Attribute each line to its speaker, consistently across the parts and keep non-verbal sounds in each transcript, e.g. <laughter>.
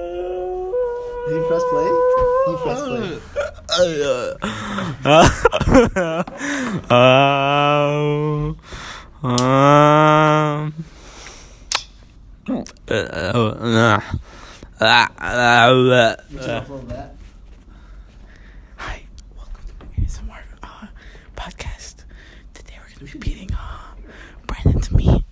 Speaker 1: Did you press play? You press play.
Speaker 2: um, um, uh, uh, uh, uh,
Speaker 1: Would you
Speaker 2: uh,
Speaker 1: upload that?
Speaker 3: Hi, welcome to the ASMR uh, podcast. Today we're going to be beating uh, Brandon's meat.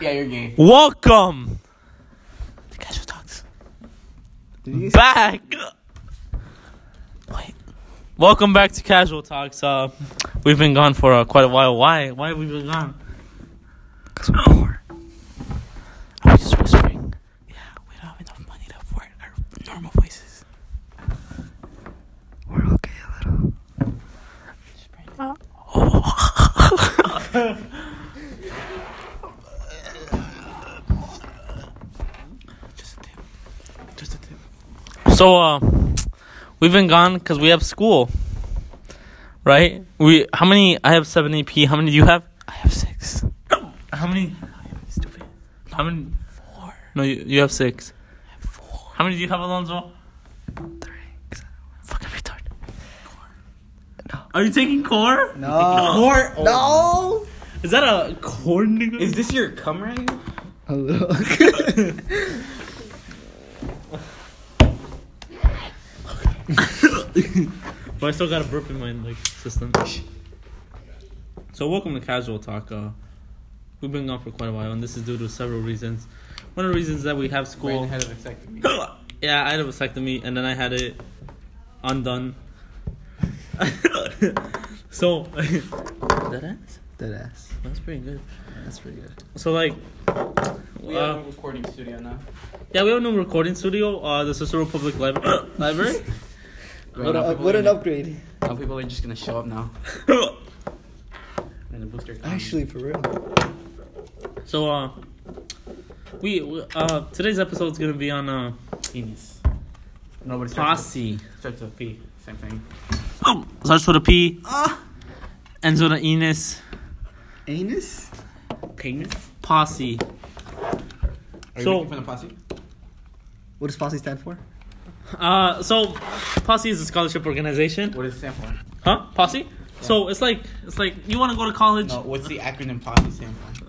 Speaker 3: Yeah, you're gay.
Speaker 2: welcome
Speaker 3: The casual talks.
Speaker 1: Did you
Speaker 2: back.
Speaker 3: Wait,
Speaker 2: Welcome back to Casual Talks. Uh, we've been gone for uh, quite a while. Why? Why have we been gone?
Speaker 3: because we're poor. I was just whispering. Yeah, we don't have enough money to afford our normal voices. We're okay a <laughs> little. Just a tip. Just a tip.
Speaker 2: So, uh, we've been gone because we have school, right? We how many? I have seven AP. How many do you have?
Speaker 3: I have six.
Speaker 2: How many?
Speaker 3: Stupid.
Speaker 2: How many?
Speaker 3: Four.
Speaker 2: No, you, you have six.
Speaker 3: Four.
Speaker 2: How many do you have, Alonzo?
Speaker 3: Three. Fucking retard.
Speaker 2: Are you taking core?
Speaker 1: No.
Speaker 4: Or
Speaker 1: No.
Speaker 2: Is that a core nigga?
Speaker 4: Is this your cum right?
Speaker 1: A little.
Speaker 2: But I still got a burp in my like system. So welcome to Casual Talk. Uh, we've been gone for quite a while, and this is due to several reasons. One of the reasons that we have school.
Speaker 4: Brandon had a vasectomy.
Speaker 2: <coughs> yeah, I had a vasectomy, and then I had it undone. <laughs> so <laughs> that ass.
Speaker 1: <laughs> Dead ass.
Speaker 2: That's pretty good.
Speaker 1: That's pretty good.
Speaker 2: So like,
Speaker 4: We
Speaker 2: uh,
Speaker 4: have a recording studio now.
Speaker 2: yeah, we have a new recording studio. Uh, the Cicero Public Libra- <coughs>
Speaker 4: <coughs>
Speaker 2: Library.
Speaker 4: Right
Speaker 1: What,
Speaker 4: now,
Speaker 1: a,
Speaker 4: people
Speaker 1: Uh, what
Speaker 4: are
Speaker 1: an
Speaker 4: gonna-
Speaker 1: upgrade.
Speaker 4: now people are just gonna show up now. And the booster.
Speaker 1: Actually, for real.
Speaker 2: so uh, we, we uh today's episode is gonna be on uh.
Speaker 4: penis. Nobody starts
Speaker 2: Posse.
Speaker 4: with, starts with P. Same thing.
Speaker 2: Oh, starts with a P. Ends with an Enos.
Speaker 1: Anus?
Speaker 4: Penis.
Speaker 2: Posse.
Speaker 4: Are you
Speaker 2: So-
Speaker 4: looking for the posse?
Speaker 1: What does posse stand for?
Speaker 2: Uh, so Posse is a scholarship organization,
Speaker 4: What does it stand for?
Speaker 2: huh? Posse. So it's like it's like you want to go to college.
Speaker 4: No. What's the acronym posse stand for?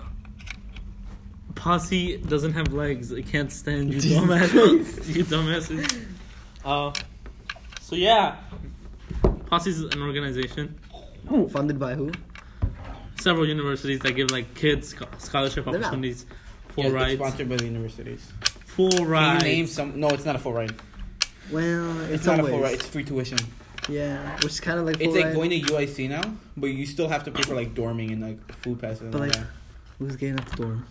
Speaker 2: Posse doesn't have legs. It can't stand. You
Speaker 1: Jesus
Speaker 2: dumbass. you dumbasses. Uh, so yeah, Posse is an organization.
Speaker 1: Funded by who?
Speaker 2: Several universities that give like kids scho- scholarship
Speaker 1: They're not-
Speaker 2: opportunities,
Speaker 4: Yeah,
Speaker 2: full
Speaker 4: it's
Speaker 2: rides,
Speaker 4: Sponsored by the universities.
Speaker 2: full
Speaker 4: Can you name
Speaker 2: rides.
Speaker 4: some? No, it's not a full ride.
Speaker 1: Well, in
Speaker 4: It's
Speaker 1: some
Speaker 4: not a
Speaker 1: ways.
Speaker 4: full ride. It's free tuition.
Speaker 1: Yeah, which is kind of like
Speaker 4: It's
Speaker 1: full
Speaker 4: like
Speaker 1: ride.
Speaker 4: going to UIC now, but you still have to pay for like dorming and like food passes. And
Speaker 1: But,
Speaker 4: all
Speaker 1: like-
Speaker 4: that.
Speaker 1: Who's getting up the door?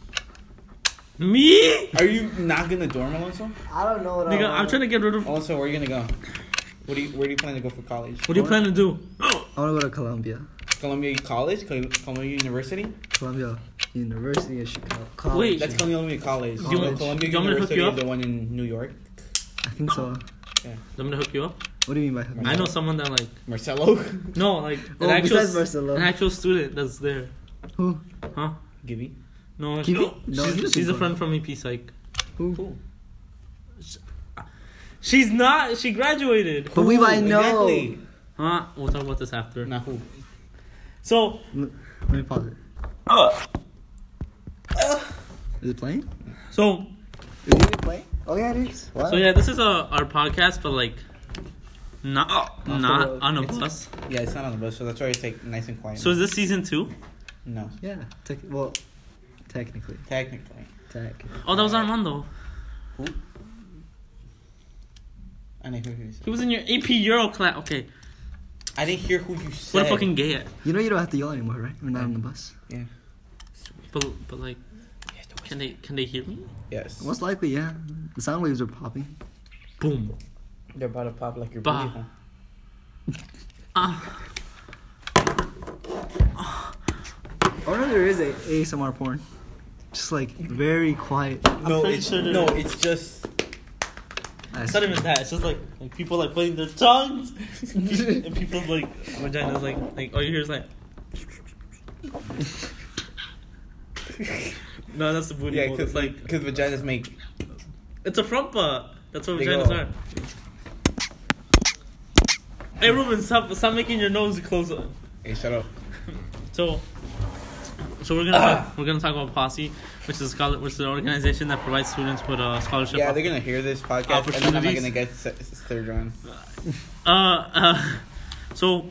Speaker 2: Me,
Speaker 4: are you not gonna dorm, Alonso?
Speaker 1: I don't know what
Speaker 2: nigga. I'm trying to get rid of.
Speaker 4: Also, where are you gonna go? What do you Where do you plan to go for college?
Speaker 2: What do you plan to do?
Speaker 1: I want to go to Columbia.
Speaker 4: Columbia College, Col- Columbia University.
Speaker 1: Columbia University of Chicago. College.
Speaker 2: Wait,
Speaker 4: That's Columbia College.
Speaker 2: Do
Speaker 1: you
Speaker 4: No,
Speaker 1: want-
Speaker 4: Columbia
Speaker 2: do you want me to hook
Speaker 4: University
Speaker 2: you
Speaker 4: is
Speaker 2: up?
Speaker 4: the one in New York.
Speaker 1: I think so.
Speaker 2: I'm gonna hook you up.
Speaker 1: What do you mean by Columbia?
Speaker 2: I know someone that like
Speaker 4: Marcelo, <laughs>
Speaker 2: no like an
Speaker 1: Oh,
Speaker 2: actual
Speaker 1: besides Marcelo.
Speaker 2: an actual student that's there.
Speaker 1: Who?
Speaker 2: Huh?
Speaker 4: Gibby.
Speaker 2: No,
Speaker 1: Give
Speaker 2: no,
Speaker 1: it- no,
Speaker 2: she's,
Speaker 1: this
Speaker 2: she's
Speaker 1: is
Speaker 2: a
Speaker 1: good.
Speaker 2: friend from EP Psych.
Speaker 1: Who?
Speaker 4: Cool.
Speaker 2: She's not. She graduated.
Speaker 1: But we
Speaker 4: Who?
Speaker 1: might know.
Speaker 4: Exactly.
Speaker 2: Huh? We'll talk about this after.
Speaker 4: Nah, who?
Speaker 2: So
Speaker 1: Let me pause it. Is it playing?
Speaker 2: so
Speaker 1: Is it even playing? Oh yeah, it is. Wow.
Speaker 2: so yeah. This is uh our podcast, but like not
Speaker 1: the
Speaker 2: not
Speaker 1: road.
Speaker 2: on a
Speaker 4: It's-
Speaker 2: bus.
Speaker 4: Yeah, it's not on the bus, so that's why it's like nice and quiet.
Speaker 2: So is this season two?
Speaker 4: no,
Speaker 1: Yeah. Tech- well, technically,
Speaker 4: technically,
Speaker 1: tech.
Speaker 2: Oh, that was Armando.
Speaker 4: I didn't hear who you said.
Speaker 2: He was in your AP Euro class. Okay,
Speaker 4: I didn't hear who you said.
Speaker 2: what a fucking gay. At.
Speaker 1: You know you don't have to yell anymore, right? We're not on the bus.
Speaker 4: yeah.
Speaker 2: But but like, can they can they hear me?
Speaker 4: Yes.
Speaker 1: Most likely, yeah. The sound waves are popping.
Speaker 2: Boom.
Speaker 4: They're about to pop like your
Speaker 2: Bah.
Speaker 4: booty hole.
Speaker 2: Ah.
Speaker 1: Oh no, there is a ASMR porn. Just like very quiet.
Speaker 4: No,
Speaker 2: pretty
Speaker 4: it's
Speaker 2: sure there
Speaker 4: no,
Speaker 2: is.
Speaker 4: it's just
Speaker 2: It's not even that. It's just like, like people like putting their tongues and people like vaginas like like all you hear is like. no, that's the booty.
Speaker 4: Yeah,
Speaker 2: hole.
Speaker 4: because
Speaker 2: It's like
Speaker 4: like, because vaginas make.
Speaker 2: it's a front butt. That's what
Speaker 4: They
Speaker 2: vaginas
Speaker 4: go-
Speaker 2: are. Hey Ruben, stop stop making your nose close up.
Speaker 4: Hey, shut up.
Speaker 2: So, so we're gonna talk, we're gonna talk about Posse, which is a scholar, which is an organization that provides students with a scholarship.
Speaker 4: Yeah, they're gonna hear this podcast, and then I'm not
Speaker 2: Opportunities.
Speaker 4: gonna get s- s- third round.
Speaker 2: uh, uh, so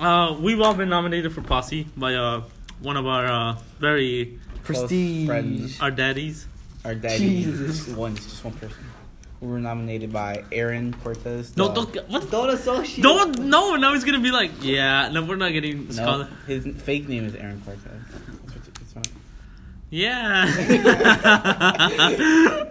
Speaker 2: uh, we've all been nominated for Posse by uh, one of our uh, very
Speaker 4: Prestige. friends.
Speaker 2: our daddies.
Speaker 4: Our daddy,
Speaker 5: Jesus.
Speaker 4: Jesus. one, just one person. We were nominated by Aaron Cortez.
Speaker 2: No,
Speaker 4: the-
Speaker 2: don't what?
Speaker 1: Don't associate.
Speaker 2: Don't no. Now he's gonna be like, yeah, no, we're not getting
Speaker 4: No,
Speaker 2: scholar.
Speaker 4: his fake name is Aaron Cortez. That's what- that's fine.
Speaker 2: Yeah.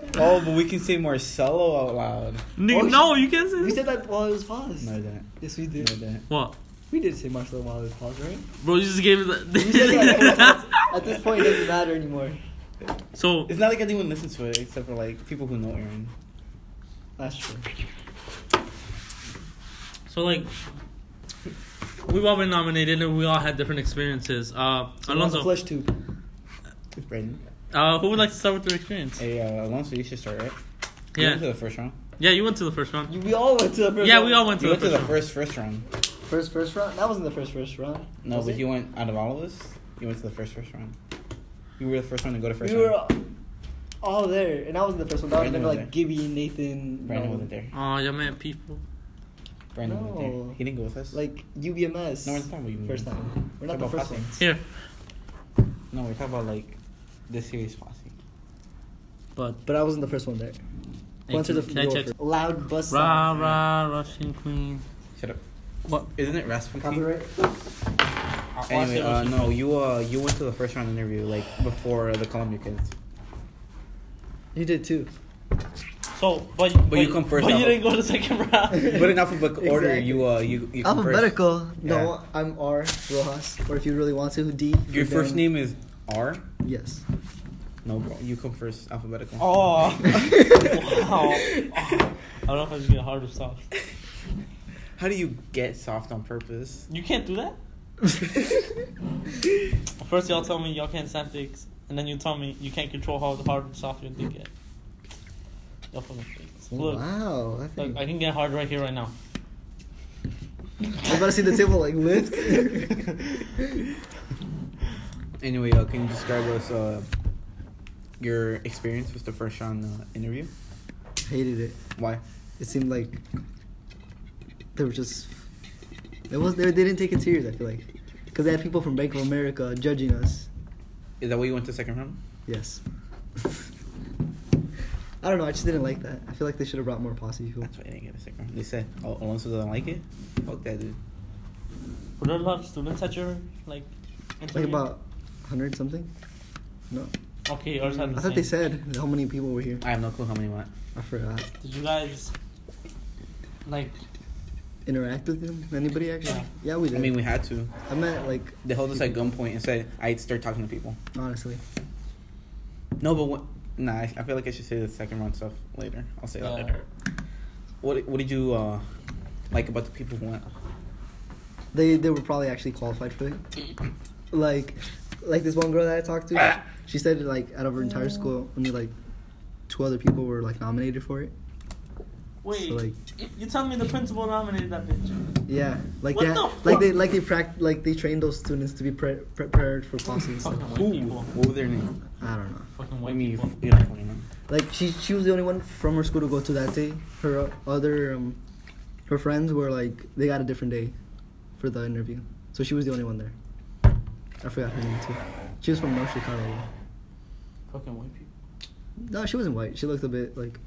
Speaker 1: <laughs>
Speaker 4: Oh, but we can say Marcelo out loud.
Speaker 2: Nigga,
Speaker 1: Oh,
Speaker 2: no, you can't
Speaker 1: We
Speaker 2: say that.
Speaker 1: said that while it was paused.
Speaker 4: No, I didn't.
Speaker 5: Yes, we
Speaker 4: No, I
Speaker 5: did.
Speaker 4: didn't.
Speaker 2: What,
Speaker 1: We did say Marcelo while it was paused, right?
Speaker 2: bro? You just gave it.
Speaker 1: We said that.
Speaker 2: The-
Speaker 1: At this point, it doesn't matter anymore.
Speaker 2: <laughs> so
Speaker 4: It's not like anyone listens to it except for like people who know Aaron.
Speaker 1: That's true.
Speaker 2: So like, we've all been nominated and we all had different experiences. Uh,
Speaker 1: a
Speaker 2: Alonso,
Speaker 1: flesh tube.
Speaker 4: Brandon.
Speaker 2: uh, who would like to start with their experience?
Speaker 4: Hey, uh, Alonso, you should start, right? You went to
Speaker 2: Yeah,
Speaker 4: the first round.
Speaker 2: yeah, you went to the first round.
Speaker 1: You, we all went to the first
Speaker 2: Yeah,
Speaker 1: round.
Speaker 2: we all went to
Speaker 4: You
Speaker 2: the
Speaker 4: went to
Speaker 2: first
Speaker 4: the
Speaker 2: round.
Speaker 4: first first round.
Speaker 1: First, first round? That wasn't the first, first round.
Speaker 4: No,
Speaker 1: was
Speaker 4: but
Speaker 1: it?
Speaker 4: you went out of all of us. You went to the first first round. You were the first one to go to first
Speaker 1: we were
Speaker 4: round.
Speaker 1: all- all there, and I wasn't the first one. That was
Speaker 4: Brandon
Speaker 1: never
Speaker 4: was
Speaker 1: like
Speaker 4: there.
Speaker 1: Gibby, Nathan.
Speaker 4: Brandon
Speaker 1: no,
Speaker 4: wasn't there.
Speaker 2: Oh, you man, people.
Speaker 4: Brandon wasn't
Speaker 1: No.
Speaker 4: there. He didn't go with us.
Speaker 1: Like UBMS.
Speaker 4: no, we're not talking about you.
Speaker 1: First time. We're not the
Speaker 4: Talk about
Speaker 1: first
Speaker 4: passing.
Speaker 1: one.
Speaker 2: Here,
Speaker 4: No, we're talking about like this series posse.
Speaker 2: but
Speaker 1: But I wasn't the first one there.
Speaker 2: Hey,
Speaker 1: Went to
Speaker 2: can-
Speaker 1: the
Speaker 2: can I
Speaker 1: door
Speaker 2: check-
Speaker 1: first. Loud bus.
Speaker 2: rah
Speaker 1: sound.
Speaker 2: rah Russian queen.
Speaker 4: Shut up.
Speaker 2: What?
Speaker 4: Isn't it Rasputin?
Speaker 1: Copyright.
Speaker 4: Anyway, uh, no, you uh, you went to the first round interview like before the Columbia kids.
Speaker 1: You did too.
Speaker 2: So, but
Speaker 4: but- you come first,
Speaker 2: But you
Speaker 4: Alba.
Speaker 2: didn't go to the second
Speaker 4: <laughs>
Speaker 2: round.
Speaker 4: But
Speaker 1: <laughs>
Speaker 4: in alphabetical order,
Speaker 1: Exactly.
Speaker 4: you uh, you you come first.
Speaker 1: Alphabetical. No,
Speaker 4: Yeah.
Speaker 1: I'm R Rojas. Or if you really want to, D.
Speaker 4: Your
Speaker 1: Ruben.
Speaker 4: first name is R.
Speaker 1: Yes.
Speaker 4: No, bro, you come first alphabetical. <laughs>
Speaker 2: Oh, wow. I don't know if I just get hard or soft.
Speaker 4: How do you get soft on purpose?
Speaker 2: You can't do
Speaker 4: <laughs>
Speaker 2: that. First, y'all tell me y'all can't stand dicks, and then you tell me you can't control how hard and soft your dick get. Y'all fucking freaks. Look,
Speaker 1: Wow. I
Speaker 2: look,
Speaker 1: think.
Speaker 2: I can get hard right here, right now.
Speaker 1: I'm about to see the table
Speaker 2: <laughs>
Speaker 1: like lift.
Speaker 4: Anyway, uh, can you describe us uh, your experience with the first round uh, interview?
Speaker 1: Hated it.
Speaker 4: Why?
Speaker 1: It seemed like they were just. It was they, they didn't take it serious. I feel like because they had people from Bank of America judging us.
Speaker 4: Is that why you went to second round?
Speaker 1: Yes. <laughs> I don't know. I just didn't like that. I feel like they should have brought more posse people.
Speaker 4: That's why I didn't get a second round. They said oh, Alonso doesn't like it. Fuck that dude.
Speaker 2: Were there a lot of students at your like?
Speaker 1: Like
Speaker 2: interview?
Speaker 1: about hundred something. No,
Speaker 2: Okay, yours had the
Speaker 1: Mm,
Speaker 2: same.
Speaker 1: I thought they said how many people were here.
Speaker 4: I have no clue how many went.
Speaker 1: I uh, forgot.
Speaker 2: Did you guys like?
Speaker 1: Interact with them? Anybody actually? Yeah,
Speaker 2: Yeah.
Speaker 1: we
Speaker 4: I
Speaker 1: did.
Speaker 4: mean, we had to.
Speaker 1: I met like
Speaker 4: They held us at gunpoint and said I start talking to people.
Speaker 1: honestly.
Speaker 4: No, but what? Nah, I, I feel like I should say the second round stuff later. I'll say that
Speaker 2: Yeah.
Speaker 4: later. What What did you uh, like about the people who went?
Speaker 1: they they were probably actually qualified
Speaker 4: <coughs>
Speaker 1: for it. Like, like this one girl that I talked to, she said like out of her entire school, only like two other people were like nominated for it.
Speaker 2: Wait,
Speaker 1: So like,
Speaker 2: you tell me the principal nominated that bitch.
Speaker 1: yeah, like
Speaker 2: What
Speaker 1: yeah,
Speaker 2: the
Speaker 1: like
Speaker 2: fuck?
Speaker 1: they like they pract like they trained those students to be pre- prepared for posse and stuff.
Speaker 2: Fucking white
Speaker 4: Who?
Speaker 2: people.
Speaker 4: What was their name?
Speaker 1: I don't know.
Speaker 2: Fucking
Speaker 4: What
Speaker 2: white
Speaker 4: do you mean? You,
Speaker 2: people.
Speaker 4: f- you don't fucking know.
Speaker 1: Like she she was the only one from her school to go to that day. Her uh, other um, her friends were like they got a different day for the interview, so she was the only one there. I forgot her name too. She was from North Chicago.
Speaker 2: Fucking white people.
Speaker 1: No, she wasn't white. She looked a bit like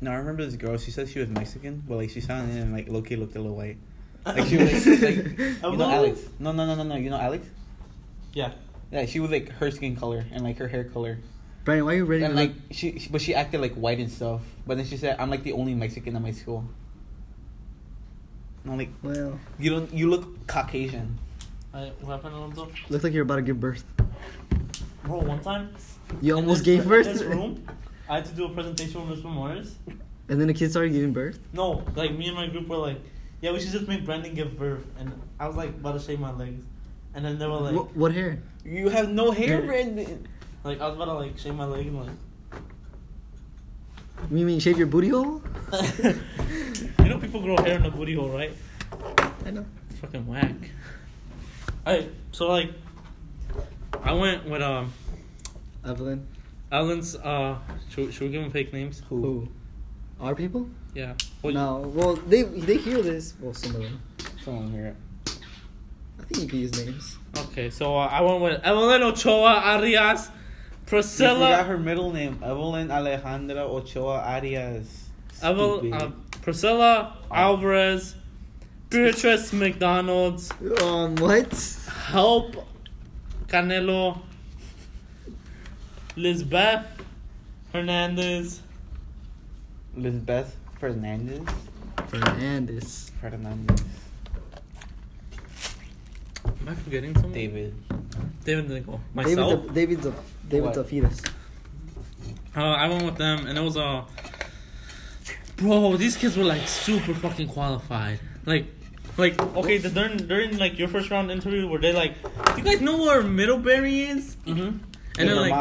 Speaker 4: No, I remember this girl. She said she was Mexican, but like she sounded and like Loki looked a little white. Like she was
Speaker 2: <laughs>
Speaker 4: like, like, you know Alex. No, no, no, no, no. You know Alex.
Speaker 2: Yeah.
Speaker 4: Yeah, she was like her skin color and like her hair color,
Speaker 1: Brandon, why are you ready?
Speaker 4: and
Speaker 1: to
Speaker 4: like
Speaker 1: look-
Speaker 4: she, she- but she acted like white and stuff. But then she said, "I'm like the only Mexican at my school." And I'm like,
Speaker 1: well,
Speaker 4: you don't, you look Caucasian.
Speaker 2: Alright, what happened, Alonso?
Speaker 1: looks like you're about to give birth.
Speaker 2: Bro, one time
Speaker 1: You
Speaker 2: In
Speaker 1: almost
Speaker 2: this-
Speaker 1: gave birth.
Speaker 2: In this room, I had to do a presentation with Mr. Morris,
Speaker 1: And then the kid started giving birth.
Speaker 2: No, like me and my group were like, yeah, we should just make Brandon give birth, and I was like about to shave my legs, and then they were like,
Speaker 1: what, what hair?
Speaker 4: You have no hair, Brandon.
Speaker 2: like I was about to like shave my leg and like.
Speaker 1: You mean shave your booty hole?
Speaker 2: <laughs> you know people grow hair in the booty hole, right?
Speaker 1: I know.
Speaker 2: It's fucking whack. I so like, I went with um
Speaker 1: Evelyn.
Speaker 2: Alan's uh should, should we give him fake names?
Speaker 1: Who? Our people?
Speaker 2: Yeah.
Speaker 1: no. Well, they they hear this. Well, some of them.
Speaker 4: Someone here.
Speaker 1: I think you can use names.
Speaker 2: Okay, so uh, I went with Evelyn Ochoa Arias,
Speaker 4: You forgot
Speaker 2: Priscilla,
Speaker 4: her middle name, Evelyn Alejandra Ochoa Arias.
Speaker 2: Evel,
Speaker 4: Stupid.
Speaker 2: uh, Priscilla Alvarez, Beatrice McDonald's,
Speaker 1: Um, what?
Speaker 2: Help Canelo, Lisbeth Hernandez,
Speaker 4: Lisbeth Fernandez.
Speaker 1: Fernandez.
Speaker 4: Fernandez.
Speaker 2: Am I forgetting someone?
Speaker 4: David.
Speaker 2: David didn't go. Myself.
Speaker 1: David. David. the- David.
Speaker 4: What?
Speaker 1: the fetus.
Speaker 2: Uh, I went with them, and it was uh, bro. These kids were like super fucking qualified. Like, like okay, the, during during like your first round interview, were they like, do you guys know where Middlebury is? Mm-hmm. And then like,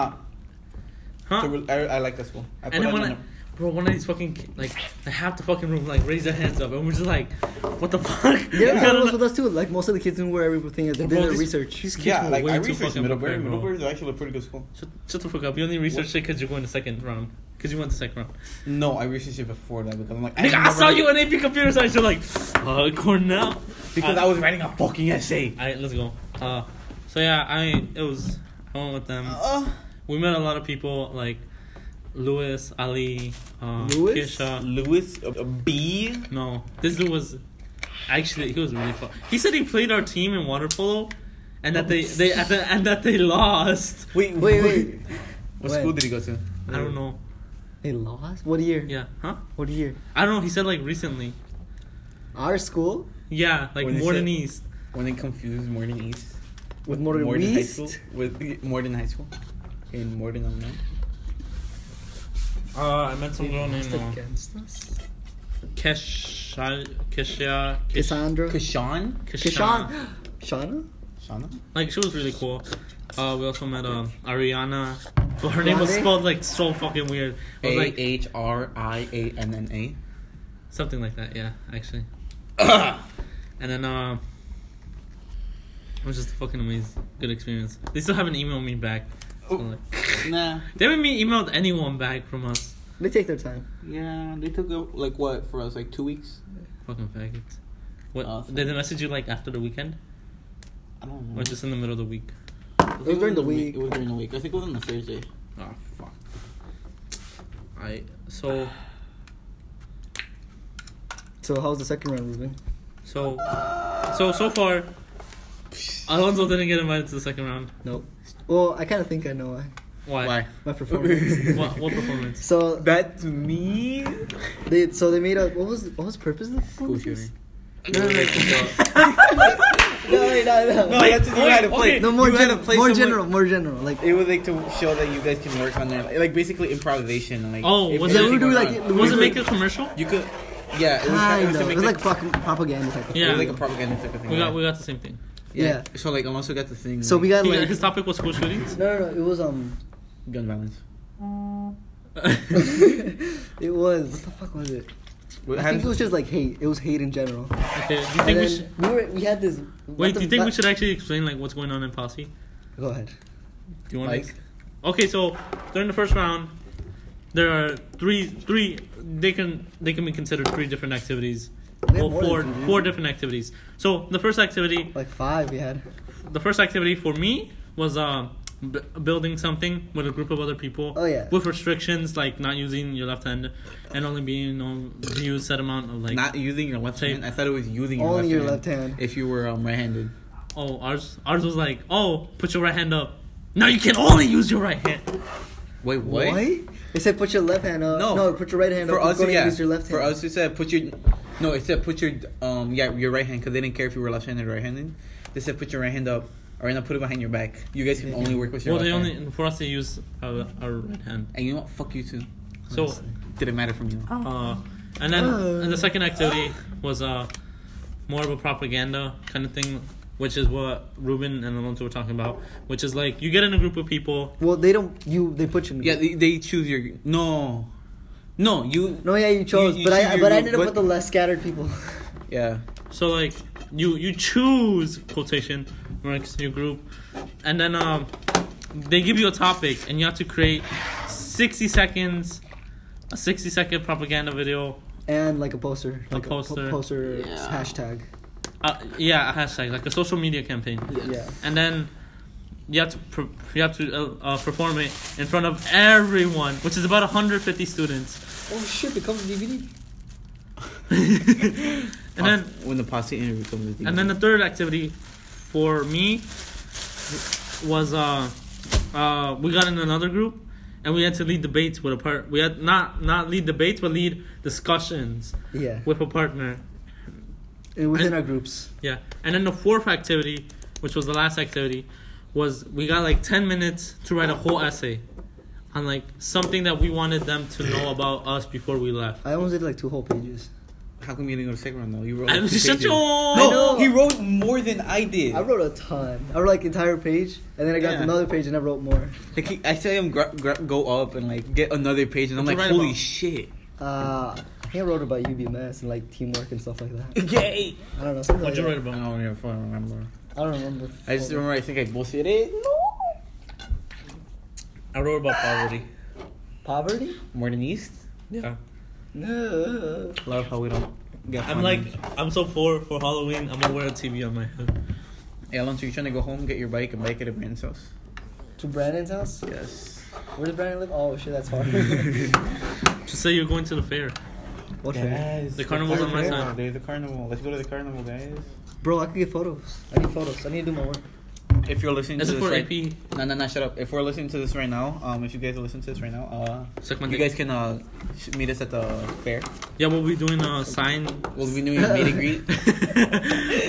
Speaker 2: huh?
Speaker 4: I, I like this one. I put
Speaker 2: And then
Speaker 4: it
Speaker 2: when
Speaker 4: on
Speaker 2: I, bro, one of these fucking ki- like half the fucking room like raised their hands up, and we're just like, what the <laughs> fuck?
Speaker 1: Yeah,
Speaker 2: We
Speaker 1: yeah.
Speaker 2: gotta
Speaker 1: that was
Speaker 2: let-
Speaker 1: with us too. Like most of the kids knew where everything is. They did
Speaker 2: Bro,
Speaker 1: their
Speaker 2: this-
Speaker 1: research.
Speaker 2: these kids
Speaker 4: yeah,
Speaker 2: were
Speaker 4: like
Speaker 2: way
Speaker 4: I
Speaker 2: too
Speaker 4: researched
Speaker 2: fucking
Speaker 4: Middlebury.
Speaker 2: prepared, bro.
Speaker 4: Middlebury is actually a pretty good school.
Speaker 2: Shut, shut the fuck up. You only researched it because you're going to second round. Because you went to second round.
Speaker 4: No, I researched it before that because I'm like I,
Speaker 2: Nigga, I
Speaker 4: remember-
Speaker 2: saw you in AP computer science. You're like, uh, Cornell.
Speaker 4: because I was writing a fucking essay.
Speaker 2: All right, let's go. Uh, so yeah, I it was I went with them.
Speaker 4: Uh,
Speaker 2: We met a lot of people like Lewis, Ali, uh,
Speaker 1: Louis?
Speaker 2: Kisha.
Speaker 4: Lewis uh, B.
Speaker 2: No, this dude was actually he was really fun. He said he played our team in water polo, and that they they at the, and that they <laughs> lost.
Speaker 4: Wait,
Speaker 1: Wait, wait.
Speaker 4: What
Speaker 1: When?
Speaker 4: school did he go to?
Speaker 2: I don't know.
Speaker 1: They lost. What year?
Speaker 2: Yeah, huh?
Speaker 1: What year?
Speaker 2: I don't know. He said like recently.
Speaker 1: Our school
Speaker 2: Yeah, like
Speaker 4: When he
Speaker 2: Morton
Speaker 4: said-
Speaker 2: East.
Speaker 4: When they confused Morden East
Speaker 1: with Morgan
Speaker 4: Morden High School
Speaker 1: West.
Speaker 4: with Morden High School in Morden, Illinois.
Speaker 2: Uh, I met some girl named
Speaker 1: Lost
Speaker 2: uh,
Speaker 1: Against us.
Speaker 2: Kesha, Kesha,
Speaker 1: Cassandra.
Speaker 4: Kashan.
Speaker 2: Kesha.
Speaker 1: Kishan. <gasps> Shauna.
Speaker 4: Shana.
Speaker 2: Like she was really cool. Uh, we also met um, Ariana, but her name was
Speaker 1: Grande?
Speaker 2: spelled like so fucking weird. It was
Speaker 4: A
Speaker 2: like
Speaker 4: H R I A N N A.
Speaker 2: something like that. Yeah,
Speaker 4: <coughs>
Speaker 2: actually. and then um, it was just a fucking amazing, good experience. They still haven't emailed me back. So, like,
Speaker 4: Oh. <laughs> Nah.
Speaker 2: they haven't me- emailed anyone back from us.
Speaker 1: They take their time.
Speaker 4: Yeah, they took a, like what for us like two weeks.
Speaker 2: Fucking faggots. What
Speaker 4: Awesome.
Speaker 2: did they message you like after the weekend
Speaker 4: I don't know.
Speaker 2: or just in the middle of the week?
Speaker 4: I think
Speaker 1: was during the week.
Speaker 4: It was during the week. I think it was on the Thursday. Ah,
Speaker 2: Oh fuck. I
Speaker 4: <sighs>
Speaker 2: so
Speaker 1: So how's the second round, Ruben?
Speaker 2: so so so far. Alonso didn't get invited to the second round.
Speaker 1: Nope. Well, I kind of think I know why.
Speaker 2: Why?
Speaker 1: My
Speaker 2: <laughs>
Speaker 1: performance.
Speaker 2: what, what performance?
Speaker 1: so
Speaker 4: That's me.
Speaker 1: They so they made a what was what was the purpose of the
Speaker 4: School
Speaker 1: phone?
Speaker 4: shooting.
Speaker 1: No, no, no. no, wait, no, no.
Speaker 4: <laughs> No, you had to, you had to play.
Speaker 2: okay.
Speaker 1: No, more
Speaker 4: you had to
Speaker 1: general,
Speaker 4: play
Speaker 1: more
Speaker 4: someone-
Speaker 1: general, more general. Like
Speaker 4: It was like to show that you guys can work on their like basically improvisation. Like
Speaker 2: Oh,
Speaker 4: if
Speaker 2: was
Speaker 4: anything
Speaker 2: it-
Speaker 1: we do
Speaker 4: went
Speaker 1: like-
Speaker 4: wrong.
Speaker 1: we
Speaker 2: Was it
Speaker 1: could-
Speaker 2: make a commercial?
Speaker 4: You could, yeah. It was, kind
Speaker 1: kind
Speaker 4: of,
Speaker 1: of, it was like
Speaker 4: like,
Speaker 1: fucking propaganda type. of
Speaker 4: it
Speaker 2: Yeah.
Speaker 4: was like a propaganda type of thing.
Speaker 2: We
Speaker 4: yeah.
Speaker 2: got we got the same thing.
Speaker 4: yeah.
Speaker 1: yeah.
Speaker 4: So like Alonso got the thing.
Speaker 1: So we got
Speaker 2: He-
Speaker 1: like
Speaker 2: his topic was school
Speaker 1: <laughs>
Speaker 2: shootings.
Speaker 1: no, no, no. It was um,
Speaker 4: gun violence.
Speaker 1: it was what the fuck was it?
Speaker 4: What
Speaker 1: I think it
Speaker 4: happened?
Speaker 1: was just like hate. It was hate in general.
Speaker 2: Okay, do you
Speaker 1: And
Speaker 2: think we
Speaker 1: then
Speaker 2: should?
Speaker 1: we were we had this.
Speaker 2: Wait, do you think we
Speaker 1: not-
Speaker 2: should actually explain like what's going on in Posse? Do
Speaker 1: Go ahead.
Speaker 2: you want?
Speaker 4: Like-
Speaker 2: to Okay, so during the first round, there are three three. They can they can be considered three different activities.
Speaker 1: We had
Speaker 2: Well,
Speaker 1: more than
Speaker 2: four
Speaker 1: three, didn't
Speaker 2: four
Speaker 1: we?
Speaker 2: different activities. So the first activity,
Speaker 1: Like five, we had.
Speaker 2: the first activity for me was uh, b- building something with a group of other people.
Speaker 1: Oh, yeah.
Speaker 2: With restrictions like not using your left hand and only being on view set amount of like
Speaker 4: Not using your left hand. I thought it was using your
Speaker 1: Only
Speaker 4: left
Speaker 1: your
Speaker 4: hand.
Speaker 1: left hand.
Speaker 4: If you were um, right-handed.
Speaker 2: Oh, ours ours was like, oh, put your right hand up. Now you can only use your right hand.
Speaker 4: Wait, what?
Speaker 1: They said put your left hand up.
Speaker 4: No,
Speaker 1: No, put your right hand
Speaker 4: For
Speaker 1: up. We're
Speaker 4: us,
Speaker 1: gonna
Speaker 4: yeah.
Speaker 1: use your left
Speaker 4: For
Speaker 1: hand.
Speaker 4: us, it said put your. No, it said put your um yeah your right hand because they didn't care if you were left-handed or right-handed. They said put your right hand up or not put it behind your back. You guys can only work with your
Speaker 2: well, they
Speaker 4: left
Speaker 2: only
Speaker 4: hand.
Speaker 2: for us they use our, our right hand.
Speaker 4: And you know what? Fuck you too.
Speaker 2: So,
Speaker 4: Didn't matter for me.
Speaker 2: uh, and then and the second activity was uh, more of a propaganda kind of thing, which is what Ruben and Alonso were talking about, which is like you get in a group of people.
Speaker 1: Well, they don't. You they put you. In
Speaker 4: Yeah, they, they choose your no, no you
Speaker 1: no, yeah, you chose,
Speaker 4: you
Speaker 1: but
Speaker 4: choose
Speaker 1: I
Speaker 4: your
Speaker 1: but I
Speaker 4: group,
Speaker 1: ended up
Speaker 4: but-
Speaker 1: with the less scattered people. <laughs>
Speaker 4: yeah.
Speaker 2: So like you you choose quotation marks your group, and then um, they give you a topic and you have to create sixty seconds, a sixty second propaganda video.
Speaker 1: and like a poster,
Speaker 2: A
Speaker 1: like po-
Speaker 2: poster.
Speaker 1: poster
Speaker 4: Yeah.
Speaker 1: hashtag.
Speaker 2: Uh, yeah, a hashtag like a social media campaign.
Speaker 1: Yeah.
Speaker 2: and then you have to per- you have to uh, uh, perform it in front of everyone, which is about 150 students. <laughs>
Speaker 1: Oh shit! It comes DVD.
Speaker 2: And then
Speaker 4: when the posse interview comes,
Speaker 2: and then the third activity for me was uh uh we got in another group and we had to lead debates with a part. We had not not lead debates but lead discussions
Speaker 1: Yeah.
Speaker 2: with a partner.
Speaker 1: And within
Speaker 2: and-
Speaker 1: our groups.
Speaker 2: Yeah. And then the fourth activity, which was the last activity, was we got like 10 minutes to write a whole essay on like something that we wanted them to know about us before we left.
Speaker 1: I almost did like two whole pages.
Speaker 4: how come you didn't go to second round though? You wrote.
Speaker 2: I
Speaker 4: like,
Speaker 2: was
Speaker 4: two
Speaker 2: just such
Speaker 4: pages.
Speaker 2: a.
Speaker 1: I
Speaker 2: No.
Speaker 1: know.
Speaker 4: No, he wrote more than I did.
Speaker 1: I wrote a ton. I wrote like entire page, and then I got
Speaker 4: Yeah.
Speaker 1: another page, and I wrote more.
Speaker 4: Like he, I saw him gra- gra- go up and like get another page, and I'm
Speaker 2: What'd
Speaker 4: like,
Speaker 2: you write
Speaker 4: holy
Speaker 2: about?
Speaker 4: shit.
Speaker 1: Uh, I think I wrote about UBMS and like teamwork and stuff like
Speaker 2: <laughs>
Speaker 1: that.
Speaker 4: Yay!
Speaker 1: I don't know. Something
Speaker 2: What'd
Speaker 1: like
Speaker 2: you write
Speaker 1: that.
Speaker 4: I
Speaker 2: about?
Speaker 4: don't even fucking remember.
Speaker 1: I don't remember.
Speaker 4: I just remember I think I bullshit it. No.
Speaker 2: I wrote about poverty. <laughs>
Speaker 1: poverty.
Speaker 4: More than East.
Speaker 2: Yeah.
Speaker 1: No.
Speaker 4: Love how we don't get.
Speaker 2: I'm like, I'm so poor for Halloween, I'm gonna wear a TV on my head.
Speaker 4: hey Alonso, you trying to go home, get your bike, and bike it at Brandon's house?
Speaker 1: To Brandon's house.
Speaker 4: Yes.
Speaker 1: Where does Brandon live? Oh shit, that's
Speaker 4: <laughs>
Speaker 1: far.
Speaker 2: Just say you're going to the fair.
Speaker 1: what fair?
Speaker 2: The carnival's on my
Speaker 4: carnival,
Speaker 2: side.
Speaker 4: Dude, the carnival. Let's go to the carnival, guys.
Speaker 1: Bro, I could get photos. I need photos. I need to do my work.
Speaker 4: If you're listening
Speaker 2: Is
Speaker 4: to
Speaker 2: it
Speaker 4: this
Speaker 2: for
Speaker 4: right,
Speaker 2: AP?
Speaker 4: no, no, no, shut up. If we're listening to this right now, um, if you guys are listening to this right now, uh,
Speaker 2: Suck my
Speaker 4: you
Speaker 2: dick.
Speaker 4: guys can uh sh- meet us at the fair.
Speaker 2: Yeah, we'll be doing a <laughs> sign.
Speaker 4: We'll be doing a meet and greet.
Speaker 2: <laughs>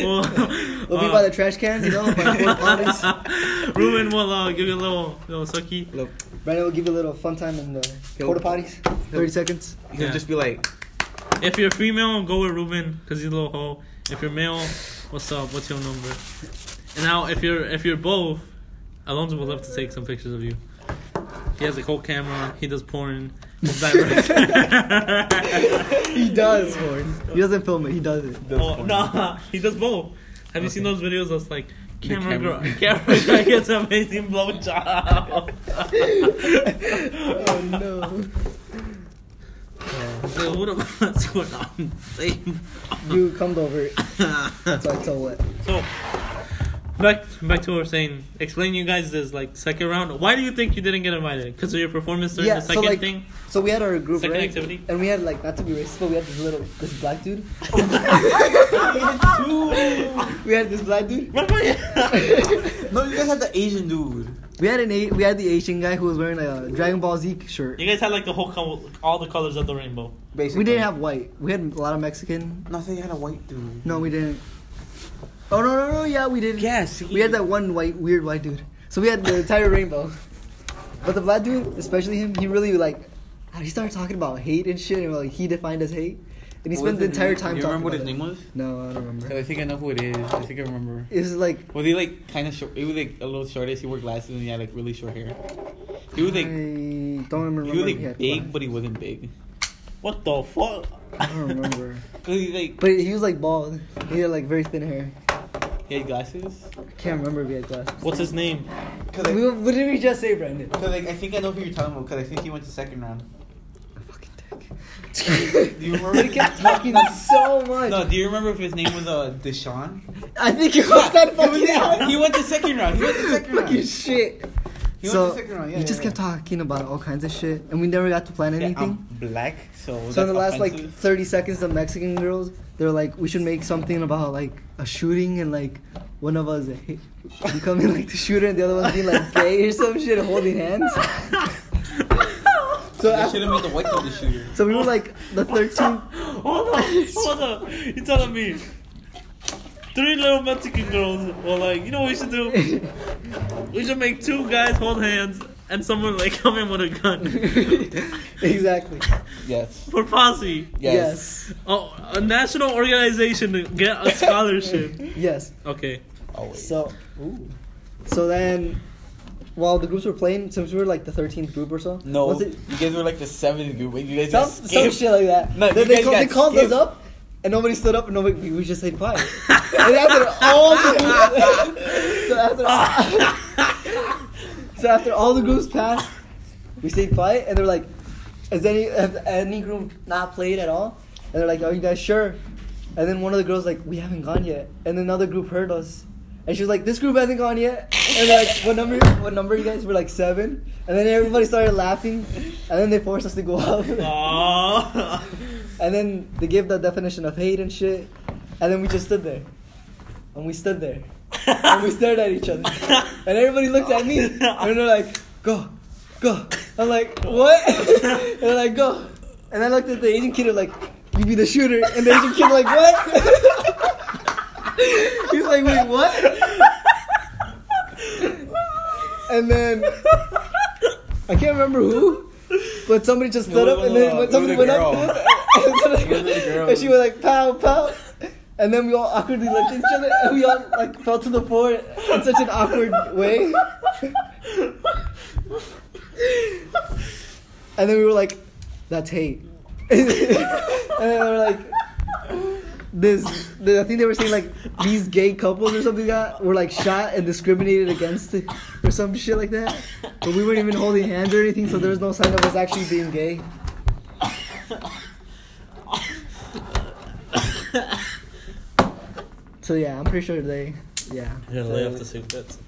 Speaker 2: we'll,
Speaker 1: We'll
Speaker 4: Uh,
Speaker 1: be by the trash cans, you know, by the porta
Speaker 4: <laughs>
Speaker 1: potties.
Speaker 2: uh, Ruben will uh, give you a little, little sucky.
Speaker 4: Look,
Speaker 1: Brandon will give you a little fun time in the
Speaker 4: Yo.
Speaker 1: porta potties. Thirty seconds.
Speaker 4: he'll
Speaker 2: Yeah.
Speaker 4: just be like,
Speaker 2: If you're female, go with Ruben because he's a little hoe. If you're male, what's up? What's your number? And now, if you're if you're both, Alonso would love to take some pictures of you. He has a whole camera. He does porn. He's <laughs> diverse.
Speaker 1: He does porn. He doesn't film it. He does it.
Speaker 2: oh, nah, he does both. Have you seen those videos that's like camera
Speaker 4: camera.
Speaker 2: girl, <laughs> camera girl gets amazing blowjob?
Speaker 1: Oh <laughs> no.
Speaker 2: Dude, what about <laughs> what's going on?
Speaker 1: You come over. it. So I tell what.
Speaker 2: So back back to what we're saying. Explain you guys this like second round. Why do you think you didn't get invited? Because of your performance during
Speaker 1: Yeah,
Speaker 2: the
Speaker 1: so,
Speaker 2: second
Speaker 1: like-
Speaker 2: thing.
Speaker 1: So we had our group,
Speaker 2: Second
Speaker 1: right?
Speaker 2: activity.
Speaker 1: And we had like not to be racist, but we had this little this black
Speaker 4: <laughs>
Speaker 1: dude. we had this black dude.
Speaker 4: <laughs> no, you guys had the Asian dude.
Speaker 1: We had an A- we had the Asian guy who was wearing a Dragon Ball Z shirt.
Speaker 2: You guys had like the whole co- all the colors of the rainbow.
Speaker 4: Basically,
Speaker 1: We didn't have white. We had a lot of Mexican.
Speaker 4: No, they had a white dude.
Speaker 1: No, we didn't. Oh no no no! Yeah, we did.
Speaker 4: Yes, he-
Speaker 1: We had that one white weird white dude. So we had the entire rainbow. But the black dude, especially him, he really like ah, he started talking about hate and shit, and like he defined as hate, and he
Speaker 4: What
Speaker 1: spent
Speaker 4: was
Speaker 1: the
Speaker 4: his
Speaker 1: entire
Speaker 4: name?
Speaker 1: time.
Speaker 4: Do you
Speaker 1: talking
Speaker 4: remember what his
Speaker 1: about
Speaker 4: name
Speaker 1: it.
Speaker 4: was?
Speaker 1: No, I don't remember.
Speaker 4: I think I know who it is. I think I remember.
Speaker 1: It was like
Speaker 4: Was he like kind of short? He was like a little shortish. He wore glasses and he had like really short hair. He was like
Speaker 1: I don't remember.
Speaker 4: he was
Speaker 1: he
Speaker 4: like
Speaker 1: had
Speaker 4: big,
Speaker 1: black.
Speaker 4: but he wasn't big.
Speaker 2: What the fuck?
Speaker 1: I don't remember.
Speaker 4: Cause he like
Speaker 1: but he was like bald. He had like very thin hair.
Speaker 4: he had glasses.
Speaker 1: I can't remember if he had glasses.
Speaker 2: What's his name?
Speaker 4: Cause
Speaker 1: We, what did we just say,
Speaker 4: <laughs>
Speaker 1: Brandon?
Speaker 4: Cause like, I think I know who you're talking about. Cause I think he went to second round.
Speaker 1: Fucking dick.
Speaker 4: Do you remember?
Speaker 1: They kept talking so much.
Speaker 4: No, do you remember if his name was uh Deshaun?
Speaker 1: I think it was that fucking house.
Speaker 4: He went to second round. He went
Speaker 1: <laughs>
Speaker 4: to second round.
Speaker 1: fucking shit.
Speaker 4: He
Speaker 1: so
Speaker 4: went to second round. Yeah,
Speaker 1: you
Speaker 4: yeah,
Speaker 1: just
Speaker 4: yeah.
Speaker 1: kept talking about all kinds of shit, and we never got to plan
Speaker 4: Yeah, um,
Speaker 1: anything.
Speaker 4: I'm black, so
Speaker 1: so in the last like 30 seconds, the Mexican girls, they're like, we should make something about like a shooting and like one of us hey, becoming like the shooter and the other one being like gay or some shit, holding
Speaker 4: <laughs>
Speaker 1: hands. so
Speaker 4: I
Speaker 1: after,
Speaker 4: should have made the white dude the shooter.
Speaker 1: so we were like the <laughs> 13th.
Speaker 2: <laughs> Hold up, hold up. You telling me three little <laughs> Mexican girls were like, you know what we should do? We should make two guys hold hands and someone like <laughs> come in with a gun
Speaker 1: exactly.
Speaker 4: Yes.
Speaker 2: for Posse.
Speaker 4: Yes.
Speaker 2: Oh, a national organization to get a <laughs> scholarship.
Speaker 1: Yes. Yes.
Speaker 2: okay.
Speaker 4: Always.
Speaker 1: So, so then, while the groups were playing, since we were like the thirteenth group or so,
Speaker 4: No,
Speaker 1: was it
Speaker 4: you guys were like the seventh group. You guys
Speaker 1: some,
Speaker 4: got
Speaker 1: some
Speaker 4: skipped.
Speaker 1: shit like that?
Speaker 4: No,
Speaker 1: they,
Speaker 4: you
Speaker 1: they
Speaker 4: guys
Speaker 1: called-
Speaker 4: got
Speaker 1: they called us
Speaker 4: skipped.
Speaker 1: up, and nobody stood up, and nobody we, we just stayed
Speaker 4: <laughs>
Speaker 1: quiet. and after all the <laughs> so
Speaker 4: <laughs>
Speaker 1: after so after all the groups passed, we stayed quiet, and they're like, "Has any have any group not played at all?" And they're like, "Are you guys sure?" And then one of the girls like, "We haven't gone yet," and another group heard us. And she was like, "This group hasn't gone yet." And like, "What number? What number you guys?" We're like seven. And then everybody started laughing, and then they forced us to go up.
Speaker 2: <laughs> Aw.
Speaker 1: And then they gave the definition of hate and shit. And then we just stood there. And we stood there. and we stared at each other. And everybody looked at me. And they're like, go, go. I'm like, what? <laughs> and they're like, go. And I looked at the Asian kid, like, you be the shooter. And the Asian kid, like, what? <laughs> He's like, wait, what? and then I can't remember who, but somebody just stood
Speaker 4: It
Speaker 1: up,
Speaker 4: was-
Speaker 1: and
Speaker 4: it
Speaker 1: then
Speaker 4: was
Speaker 1: when somebody
Speaker 4: a
Speaker 1: went <laughs>
Speaker 4: girl.
Speaker 1: up, to us, and,
Speaker 4: It was a girl.
Speaker 1: and she was like pow pow, and then we all awkwardly looked at each other, and we all like fell to the floor in such an awkward way. and then we were like, "That's hate," <laughs> and then we were like. This, the- I think they were saying like these gay couples or something like that were like shot and discriminated against or some shit like that. But we weren't even holding hands or anything, so there was no sign of us actually being gay. So yeah, I'm pretty sure they. Yeah,
Speaker 2: Yeah, lay off the cigarettes.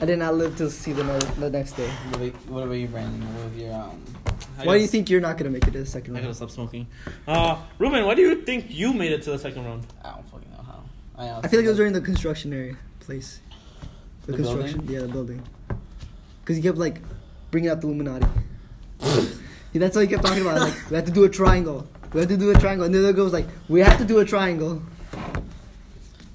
Speaker 1: I did not live to see the, no- the next day.
Speaker 4: What about- What about you, Brandon? What was your
Speaker 2: I
Speaker 4: um?
Speaker 1: Why do
Speaker 2: gotta-
Speaker 1: you think you're not gonna make it to the second
Speaker 2: I gotta
Speaker 1: round?
Speaker 2: stop smoking. Uh, Ruben, why do you think you made it to the second round?
Speaker 4: I don't fucking know how. I,
Speaker 1: I
Speaker 4: honestly
Speaker 1: feel like it was
Speaker 4: don't-
Speaker 1: during the construction area place. The,
Speaker 4: The
Speaker 1: construction, yeah, the building. Because he kept like bringing out the Illuminati. <laughs> Yeah, that's all he kept talking about. Like we have to do a triangle. We have to do a triangle, and the other girl was like, "We have to do a triangle."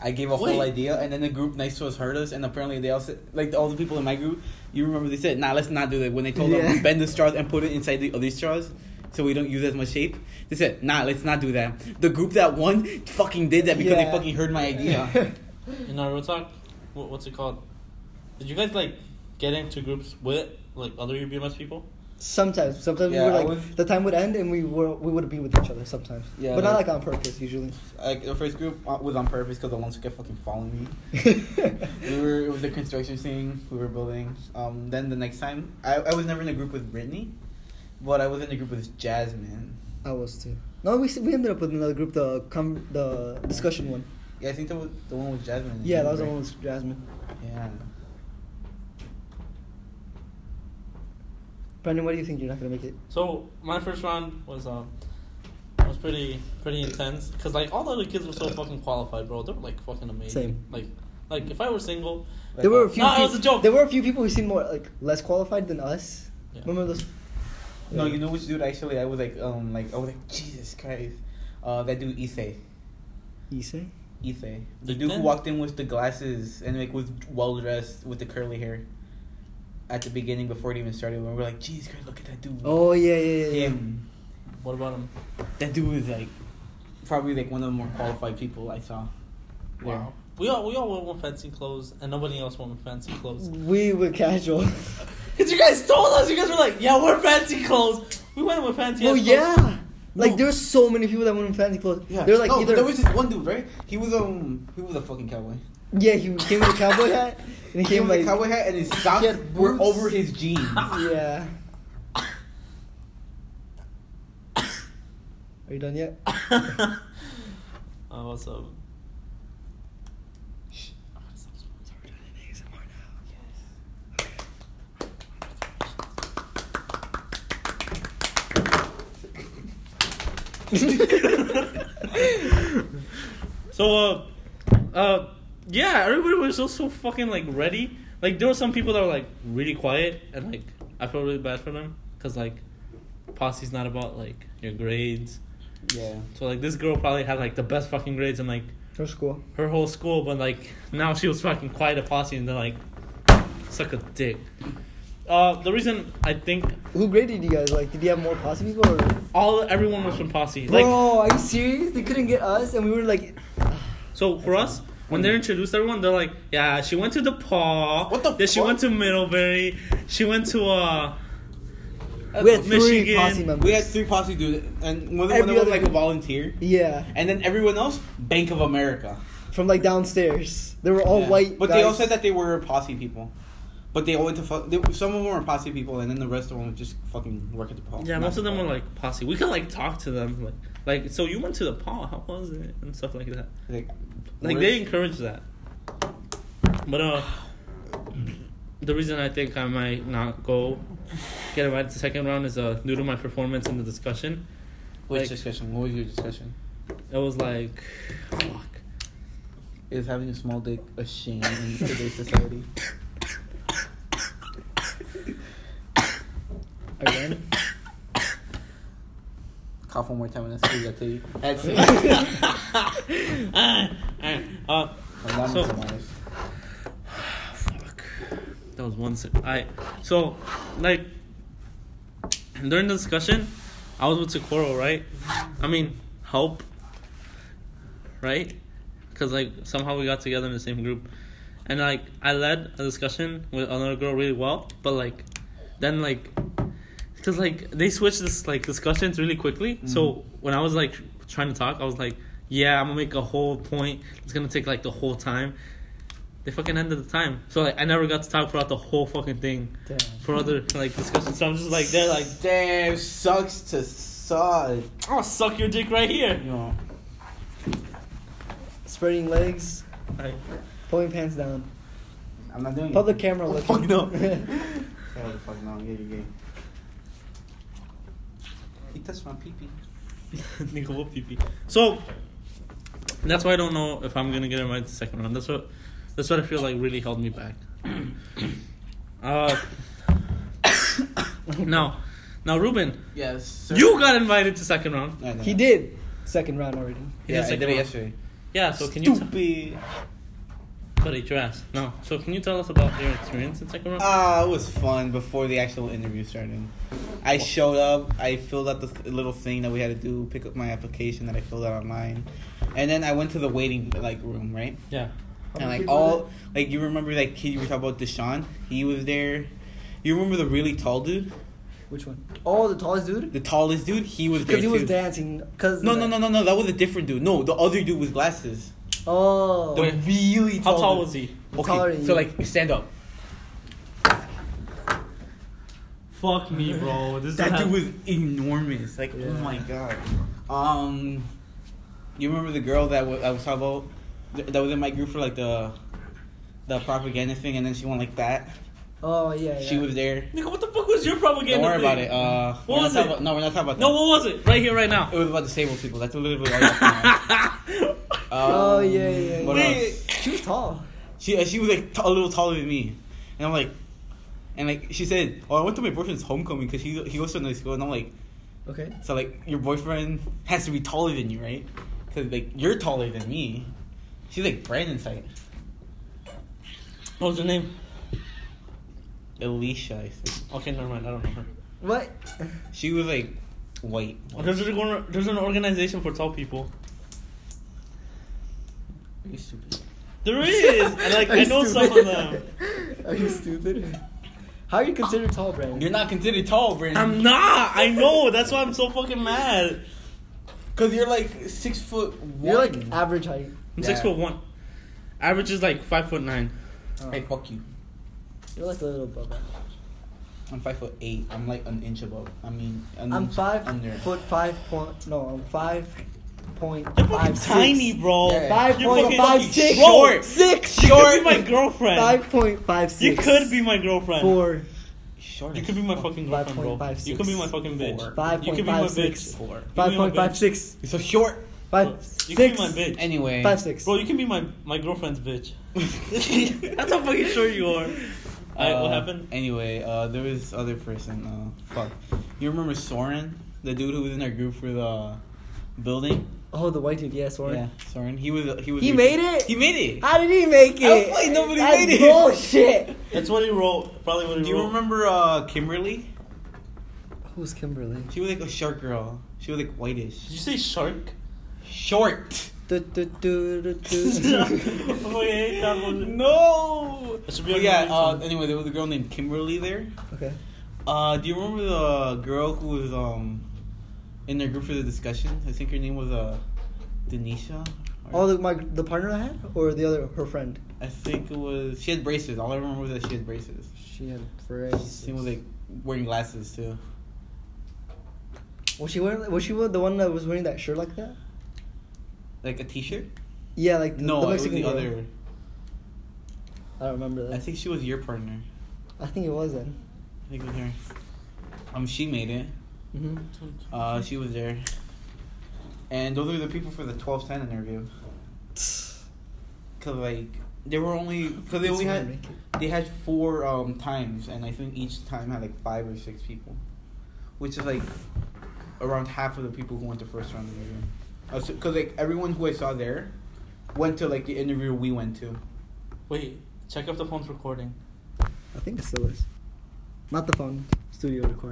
Speaker 4: I gave a whole idea, and then the group next to us heard us, and apparently they all said, like all the people in my group, you remember they said, nah, let's not do that. When they told
Speaker 1: Yeah.
Speaker 4: them bend the straws and put it inside the other straws, so we don't use as much shape, they said, nah, let's not do that. The group that won fucking did that because
Speaker 1: Yeah.
Speaker 4: they fucking heard my idea.
Speaker 1: <laughs>
Speaker 2: In Naruto Talk, what, what's it called? Did you guys like get into groups with like other UBMS people?
Speaker 1: Sometimes, sometimes
Speaker 4: Yeah,
Speaker 1: we
Speaker 4: I
Speaker 1: were like
Speaker 4: was-
Speaker 1: the time would end, and we were we would be with each other sometimes.
Speaker 4: Yeah,
Speaker 1: but not
Speaker 4: like-
Speaker 1: like on purpose usually.
Speaker 4: like the first group uh, was on purpose because the ones who kept fucking following me. We were it was the construction thing we were building. Um, then the next time I, I was never in a group with Brittany, but I was in a group with Jasmine.
Speaker 1: <laughs> I was too. No, we s- we ended up with another group, the com- the discussion one.
Speaker 4: Yeah, I think that was the one with Jasmine.
Speaker 1: Yeah, that was the
Speaker 4: right?
Speaker 1: one with Jasmine.
Speaker 4: Yeah.
Speaker 1: Brandon, why do you think you're not gonna make it?
Speaker 2: So my first round was um was pretty pretty intense because like all the other kids were so fucking qualified, bro. They were like fucking amazing.
Speaker 1: Same.
Speaker 2: Like like if I were single,
Speaker 1: There were a few.
Speaker 2: No, it
Speaker 1: peo-
Speaker 2: was a joke.
Speaker 1: There were a few people who seemed more like less qualified than us.
Speaker 2: Yeah.
Speaker 1: Remember those?
Speaker 4: No, you know which dude actually I was like um like I was like Jesus Christ, uh that dude Issei.
Speaker 1: Issei?
Speaker 4: Issei. The dude who
Speaker 2: Ethan?
Speaker 4: walked in with the glasses and like was well dressed with the curly hair. At the beginning, before it even started, when we were like, "Jesus Christ, look at that dude!"
Speaker 1: Oh yeah, yeah, yeah. yeah.
Speaker 4: him.
Speaker 2: what about him?
Speaker 4: That dude was like probably like one of the more qualified people I saw. there.
Speaker 2: Wow. We all we all wore fancy clothes and nobody else wore fancy clothes.
Speaker 1: We were
Speaker 2: <laughs>
Speaker 1: casual. Oh,
Speaker 2: Cause <laughs> you guys told us, you guys were like, yeah, we're fancy clothes. We went with fancy.
Speaker 1: well,
Speaker 2: ass clothes.
Speaker 1: yeah. Like
Speaker 4: No.
Speaker 1: there's so many people that went in fancy clothes.
Speaker 4: Yeah.
Speaker 1: They're like
Speaker 4: no,
Speaker 1: either
Speaker 4: there was just one dude, right? He was um he was a fucking cowboy.
Speaker 1: yeah. He came with a cowboy hat and he
Speaker 4: <laughs> He
Speaker 1: came
Speaker 4: was
Speaker 1: like
Speaker 4: a cowboy hat and his
Speaker 1: he
Speaker 4: socks
Speaker 1: had
Speaker 4: were
Speaker 1: boots.
Speaker 4: over his jeans.
Speaker 1: <laughs> yeah. <coughs> Are you done yet?
Speaker 2: uh, Oh, what's up? So, uh, uh, yeah, everybody was just so fucking like ready. Like there were some people that were like really quiet, and like I felt really bad for them because like posse's not about like your grades.
Speaker 4: Yeah.
Speaker 2: So like this girl probably had like the best fucking grades in like
Speaker 1: Her school.
Speaker 2: her whole school, but like now she was fucking quiet at posse, and they're like, suck a dick. Uh, the reason I think
Speaker 1: Who grade did you guys like? Did you have more posse people? Or?
Speaker 2: all everyone was from Posse. Like
Speaker 1: Bro, are you serious? They couldn't get us, and we were like,
Speaker 2: So for us, when they're introduced to everyone, they're like, yeah, she went to DePaul.
Speaker 4: What the
Speaker 2: Then she
Speaker 4: fuck?
Speaker 2: went to Middlebury. She went to, uh, uh,
Speaker 1: we had three posse members.
Speaker 4: We had three posse dudes, and one of them
Speaker 1: Every
Speaker 4: was
Speaker 1: other-
Speaker 4: like a volunteer,
Speaker 1: yeah,
Speaker 4: and then everyone else Bank of America.
Speaker 1: from like downstairs. They were all
Speaker 4: Yeah.
Speaker 1: white.
Speaker 4: But they all
Speaker 1: guys.
Speaker 4: said that they were posse people. But they all went to fuck. They, some of them were posse people, and then the rest of them would just fucking work at the pub.
Speaker 2: Yeah,
Speaker 4: Not
Speaker 2: most of
Speaker 4: the
Speaker 2: them were
Speaker 4: pub.
Speaker 2: like Posse. We could like talk to them, like, like so you went to DePaul. How was it and stuff like that.
Speaker 4: like,
Speaker 2: Like they encourage that. But uh, the reason I think I might not go get invited to second round is uh due to my performance in the discussion.
Speaker 4: Which
Speaker 2: like-
Speaker 4: discussion? What was your discussion?
Speaker 2: It was like, fuck. <laughs>
Speaker 4: Is having a small dick a shame in today's society?
Speaker 1: Again?
Speaker 4: <laughs>
Speaker 1: <laughs>
Speaker 4: Cough one more time and I'll see that to you. That's it.
Speaker 2: Ah, ah, uh,
Speaker 4: I'm not
Speaker 2: So-
Speaker 4: so, honest.
Speaker 2: Fuck. That was one sip. I so like during the discussion, I was with Socorro, right? I mean, help, right? Because like somehow we got together in the same group, and like I led a discussion with another girl really well, but like then like because like they switched this like discussions really quickly. So when I was like trying to talk, I was like, yeah, I'm gonna make a whole point. It's gonna take like the whole time. They fucking ended the time. So like I never got to talk throughout the whole fucking thing
Speaker 1: Damn.
Speaker 2: for other like discussions. So I'm just like they're like,
Speaker 4: Damn, sucks to suck.
Speaker 2: I'm gonna suck your dick right here.
Speaker 4: You know,
Speaker 1: Spreading legs,
Speaker 2: Like, <laughs>
Speaker 1: pulling pants down.
Speaker 4: I'm not doing
Speaker 1: Public
Speaker 4: it.
Speaker 1: camera
Speaker 4: Oh,
Speaker 1: looking.
Speaker 4: fuck no. Oh, the fuck no, yeah, you're gay. He touched my pee pee.
Speaker 2: nigga, whoop pee pee. So that's why I don't know if I'm gonna get invited to the second round. That's what that's what I feel like really held me back. <coughs> uh, <coughs> now, now Ruben,
Speaker 4: Yes. Sir.
Speaker 2: you got invited to second round.
Speaker 4: I
Speaker 1: <laughs>
Speaker 4: know.
Speaker 1: he did. Second round already.
Speaker 2: He did
Speaker 4: Yeah, I
Speaker 2: second
Speaker 4: did it
Speaker 2: round.
Speaker 4: yesterday.
Speaker 2: Yeah. So can you? T-
Speaker 4: Stupid.
Speaker 2: but it's your ass. No. So can you tell us about your experience in second round?
Speaker 4: Ah, it was fun before the actual interview started. I showed up. I filled out the th- little thing that we had to do, pick up my application that I filled out online, and then I went to the waiting like room, right?
Speaker 2: yeah.
Speaker 4: And like all, like you remember that kid you were talking about, Deshaun? He was there. You remember the really tall dude,
Speaker 1: Which one? Oh, the tallest dude.
Speaker 4: the tallest dude? He was there
Speaker 1: Because he was
Speaker 4: too.
Speaker 1: dancing. Cause
Speaker 4: No, no, no, no, no. That was a different dude. No, the other dude with glasses.
Speaker 1: Oh.
Speaker 4: The
Speaker 2: Wait.
Speaker 4: really
Speaker 2: How
Speaker 4: tall.
Speaker 2: tall
Speaker 4: dude.
Speaker 2: was he?
Speaker 1: Taller
Speaker 4: Okay,
Speaker 1: than
Speaker 4: so
Speaker 1: you.
Speaker 4: like stand up.
Speaker 2: Fuck me, bro. This
Speaker 4: That
Speaker 2: is
Speaker 4: dude was enormous. Like, oh
Speaker 1: Yeah.
Speaker 4: my god. Um, you remember the girl that wa- I was talking about? Th- That was in my group for like the the propaganda thing, and then she went like that.
Speaker 1: Oh yeah.
Speaker 4: She
Speaker 1: yeah.
Speaker 4: was there.
Speaker 2: Nigga, what the fuck was your
Speaker 4: Don't
Speaker 2: propaganda?
Speaker 4: worry about
Speaker 2: thing?
Speaker 4: it. Uh,
Speaker 2: What
Speaker 4: we're not
Speaker 2: was
Speaker 4: talking
Speaker 2: it?
Speaker 4: About, no, we're not talking about
Speaker 2: No,
Speaker 4: that.
Speaker 2: what was it? Right here, right now. <laughs>
Speaker 4: It was about disabled people. That's literally all. That
Speaker 1: Oh, yeah, yeah,
Speaker 4: What
Speaker 1: yeah.
Speaker 4: else?
Speaker 1: She was tall.
Speaker 4: Um, uh, She uh, she was like t- a little taller than me, and I'm like, and like she said, oh, I went to my boyfriend's homecoming because he he goes to another school, and I'm like,
Speaker 1: Okay.
Speaker 4: So like your boyfriend has to be taller than you, right? Because like you're taller than me. She's like Brandon's height.
Speaker 2: What was her name?
Speaker 4: Alicia, I think.
Speaker 2: Okay, never mind. I don't know her.
Speaker 1: What?
Speaker 4: She was like white.
Speaker 2: There's, an organ- there's an organization for tall people.
Speaker 4: You stupid.
Speaker 2: There is. And like
Speaker 1: Are
Speaker 2: I
Speaker 1: you
Speaker 2: know
Speaker 1: stupid?
Speaker 2: some of them.
Speaker 1: <laughs> Are you stupid? How are you considered tall, Brandon?
Speaker 4: You're not considered tall, Brandon.
Speaker 2: I'm not. I know. That's why I'm so fucking mad.
Speaker 4: Cause you're like six foot one.
Speaker 1: You're like average height.
Speaker 2: I'm six
Speaker 4: Yeah.
Speaker 2: foot one. Average is like five foot nine.
Speaker 4: hey, fuck you.
Speaker 1: You're like a little above. average.
Speaker 4: I'm five foot eight. I'm like an inch above. I mean, an
Speaker 1: I'm
Speaker 4: inch
Speaker 1: five
Speaker 4: Mm. under.
Speaker 1: foot five point. No, I'm five point
Speaker 2: You're fucking
Speaker 1: five
Speaker 2: tiny,
Speaker 1: six.
Speaker 2: bro.
Speaker 4: Yeah.
Speaker 1: Five
Speaker 2: You're
Speaker 1: point
Speaker 2: fucking
Speaker 1: five
Speaker 2: fucking
Speaker 1: six.
Speaker 2: short.
Speaker 1: Six.
Speaker 2: You could be my girlfriend.
Speaker 1: Five point five
Speaker 2: you
Speaker 1: six.
Speaker 2: could be my girlfriend.
Speaker 1: four.
Speaker 4: Short.
Speaker 2: You
Speaker 4: as
Speaker 2: could be my
Speaker 4: fuck.
Speaker 2: fucking girlfriend, bro.
Speaker 1: 5.56.
Speaker 2: You could be my fucking bitch.
Speaker 4: Four.
Speaker 1: Five
Speaker 2: You could
Speaker 1: point
Speaker 2: be my
Speaker 1: five
Speaker 2: bitch.
Speaker 1: six.
Speaker 4: Four.
Speaker 2: You
Speaker 1: Five
Speaker 2: could be my
Speaker 1: point five
Speaker 2: bitch.
Speaker 1: six.
Speaker 4: You're so short.
Speaker 1: Five
Speaker 2: You could
Speaker 1: six.
Speaker 2: be my bitch.
Speaker 4: Anyway.
Speaker 1: Five
Speaker 4: <laughs>
Speaker 1: six.
Speaker 2: Bro, you can be my my girlfriend's bitch.
Speaker 4: six.
Speaker 2: That's how fucking sure you are. Alright, what
Speaker 4: Uh,
Speaker 2: happened?
Speaker 4: Anyway, uh, there was other person. Uh, fuck. You remember Soren, the dude who was in our group for the building?
Speaker 1: Oh, the white dude. Yeah, sorry.
Speaker 4: Yeah, Soren. He was. He was.
Speaker 1: He made it?
Speaker 4: He made it.
Speaker 1: How did he make it?
Speaker 4: I was like, nobody
Speaker 1: That's
Speaker 4: made it.
Speaker 1: bullshit.
Speaker 2: That's what he wrote. Probably what he
Speaker 4: Do you
Speaker 2: wrote.
Speaker 4: remember uh, Kimberly?
Speaker 1: Who's Kimberly?
Speaker 4: She was like a short girl. She was like whitish.
Speaker 2: Did you say shark? <laughs>
Speaker 4: Short.
Speaker 1: Du- du- du- du-
Speaker 2: Oh,
Speaker 1: du.
Speaker 2: Wait, that one.
Speaker 4: No.
Speaker 2: That should be
Speaker 4: But
Speaker 2: on
Speaker 4: yeah.
Speaker 2: your
Speaker 4: Uh,
Speaker 2: YouTube.
Speaker 4: anyway, there was a girl named Kimberly there.
Speaker 1: okay.
Speaker 4: Uh, do you remember the girl who was um in their group for the discussion? I think her name was uh Denisha. or-
Speaker 1: Oh, the, my the partner I had, or the other her friend.
Speaker 4: I think it was she had braces. All I remember was that she had braces.
Speaker 1: She had
Speaker 4: She was
Speaker 1: braces.
Speaker 4: like wearing glasses too.
Speaker 1: Was she wearing? Was she the one that was wearing that shirt like that?
Speaker 4: Like a T-shirt?
Speaker 1: Yeah, like the,
Speaker 4: no,
Speaker 1: the
Speaker 4: it was
Speaker 1: Mexican
Speaker 4: the
Speaker 1: girl.
Speaker 4: other.
Speaker 1: I don't remember that.
Speaker 4: I think she was your partner.
Speaker 1: I think it was then.
Speaker 4: I think it was her. Um, she made it.
Speaker 1: Mm-hmm.
Speaker 4: Uh, she was there. And those are the people for the twelve ten interview. Cause like they were only cause they only had they had four um times, and I think each time had like five or six people, which is like around half of the people who went to first round interview. Uh, so, Cause like everyone who I saw there went to like the interview we went to.
Speaker 2: Wait, check if the phone's recording.
Speaker 1: I think it still is. Not the phone. Studio recording.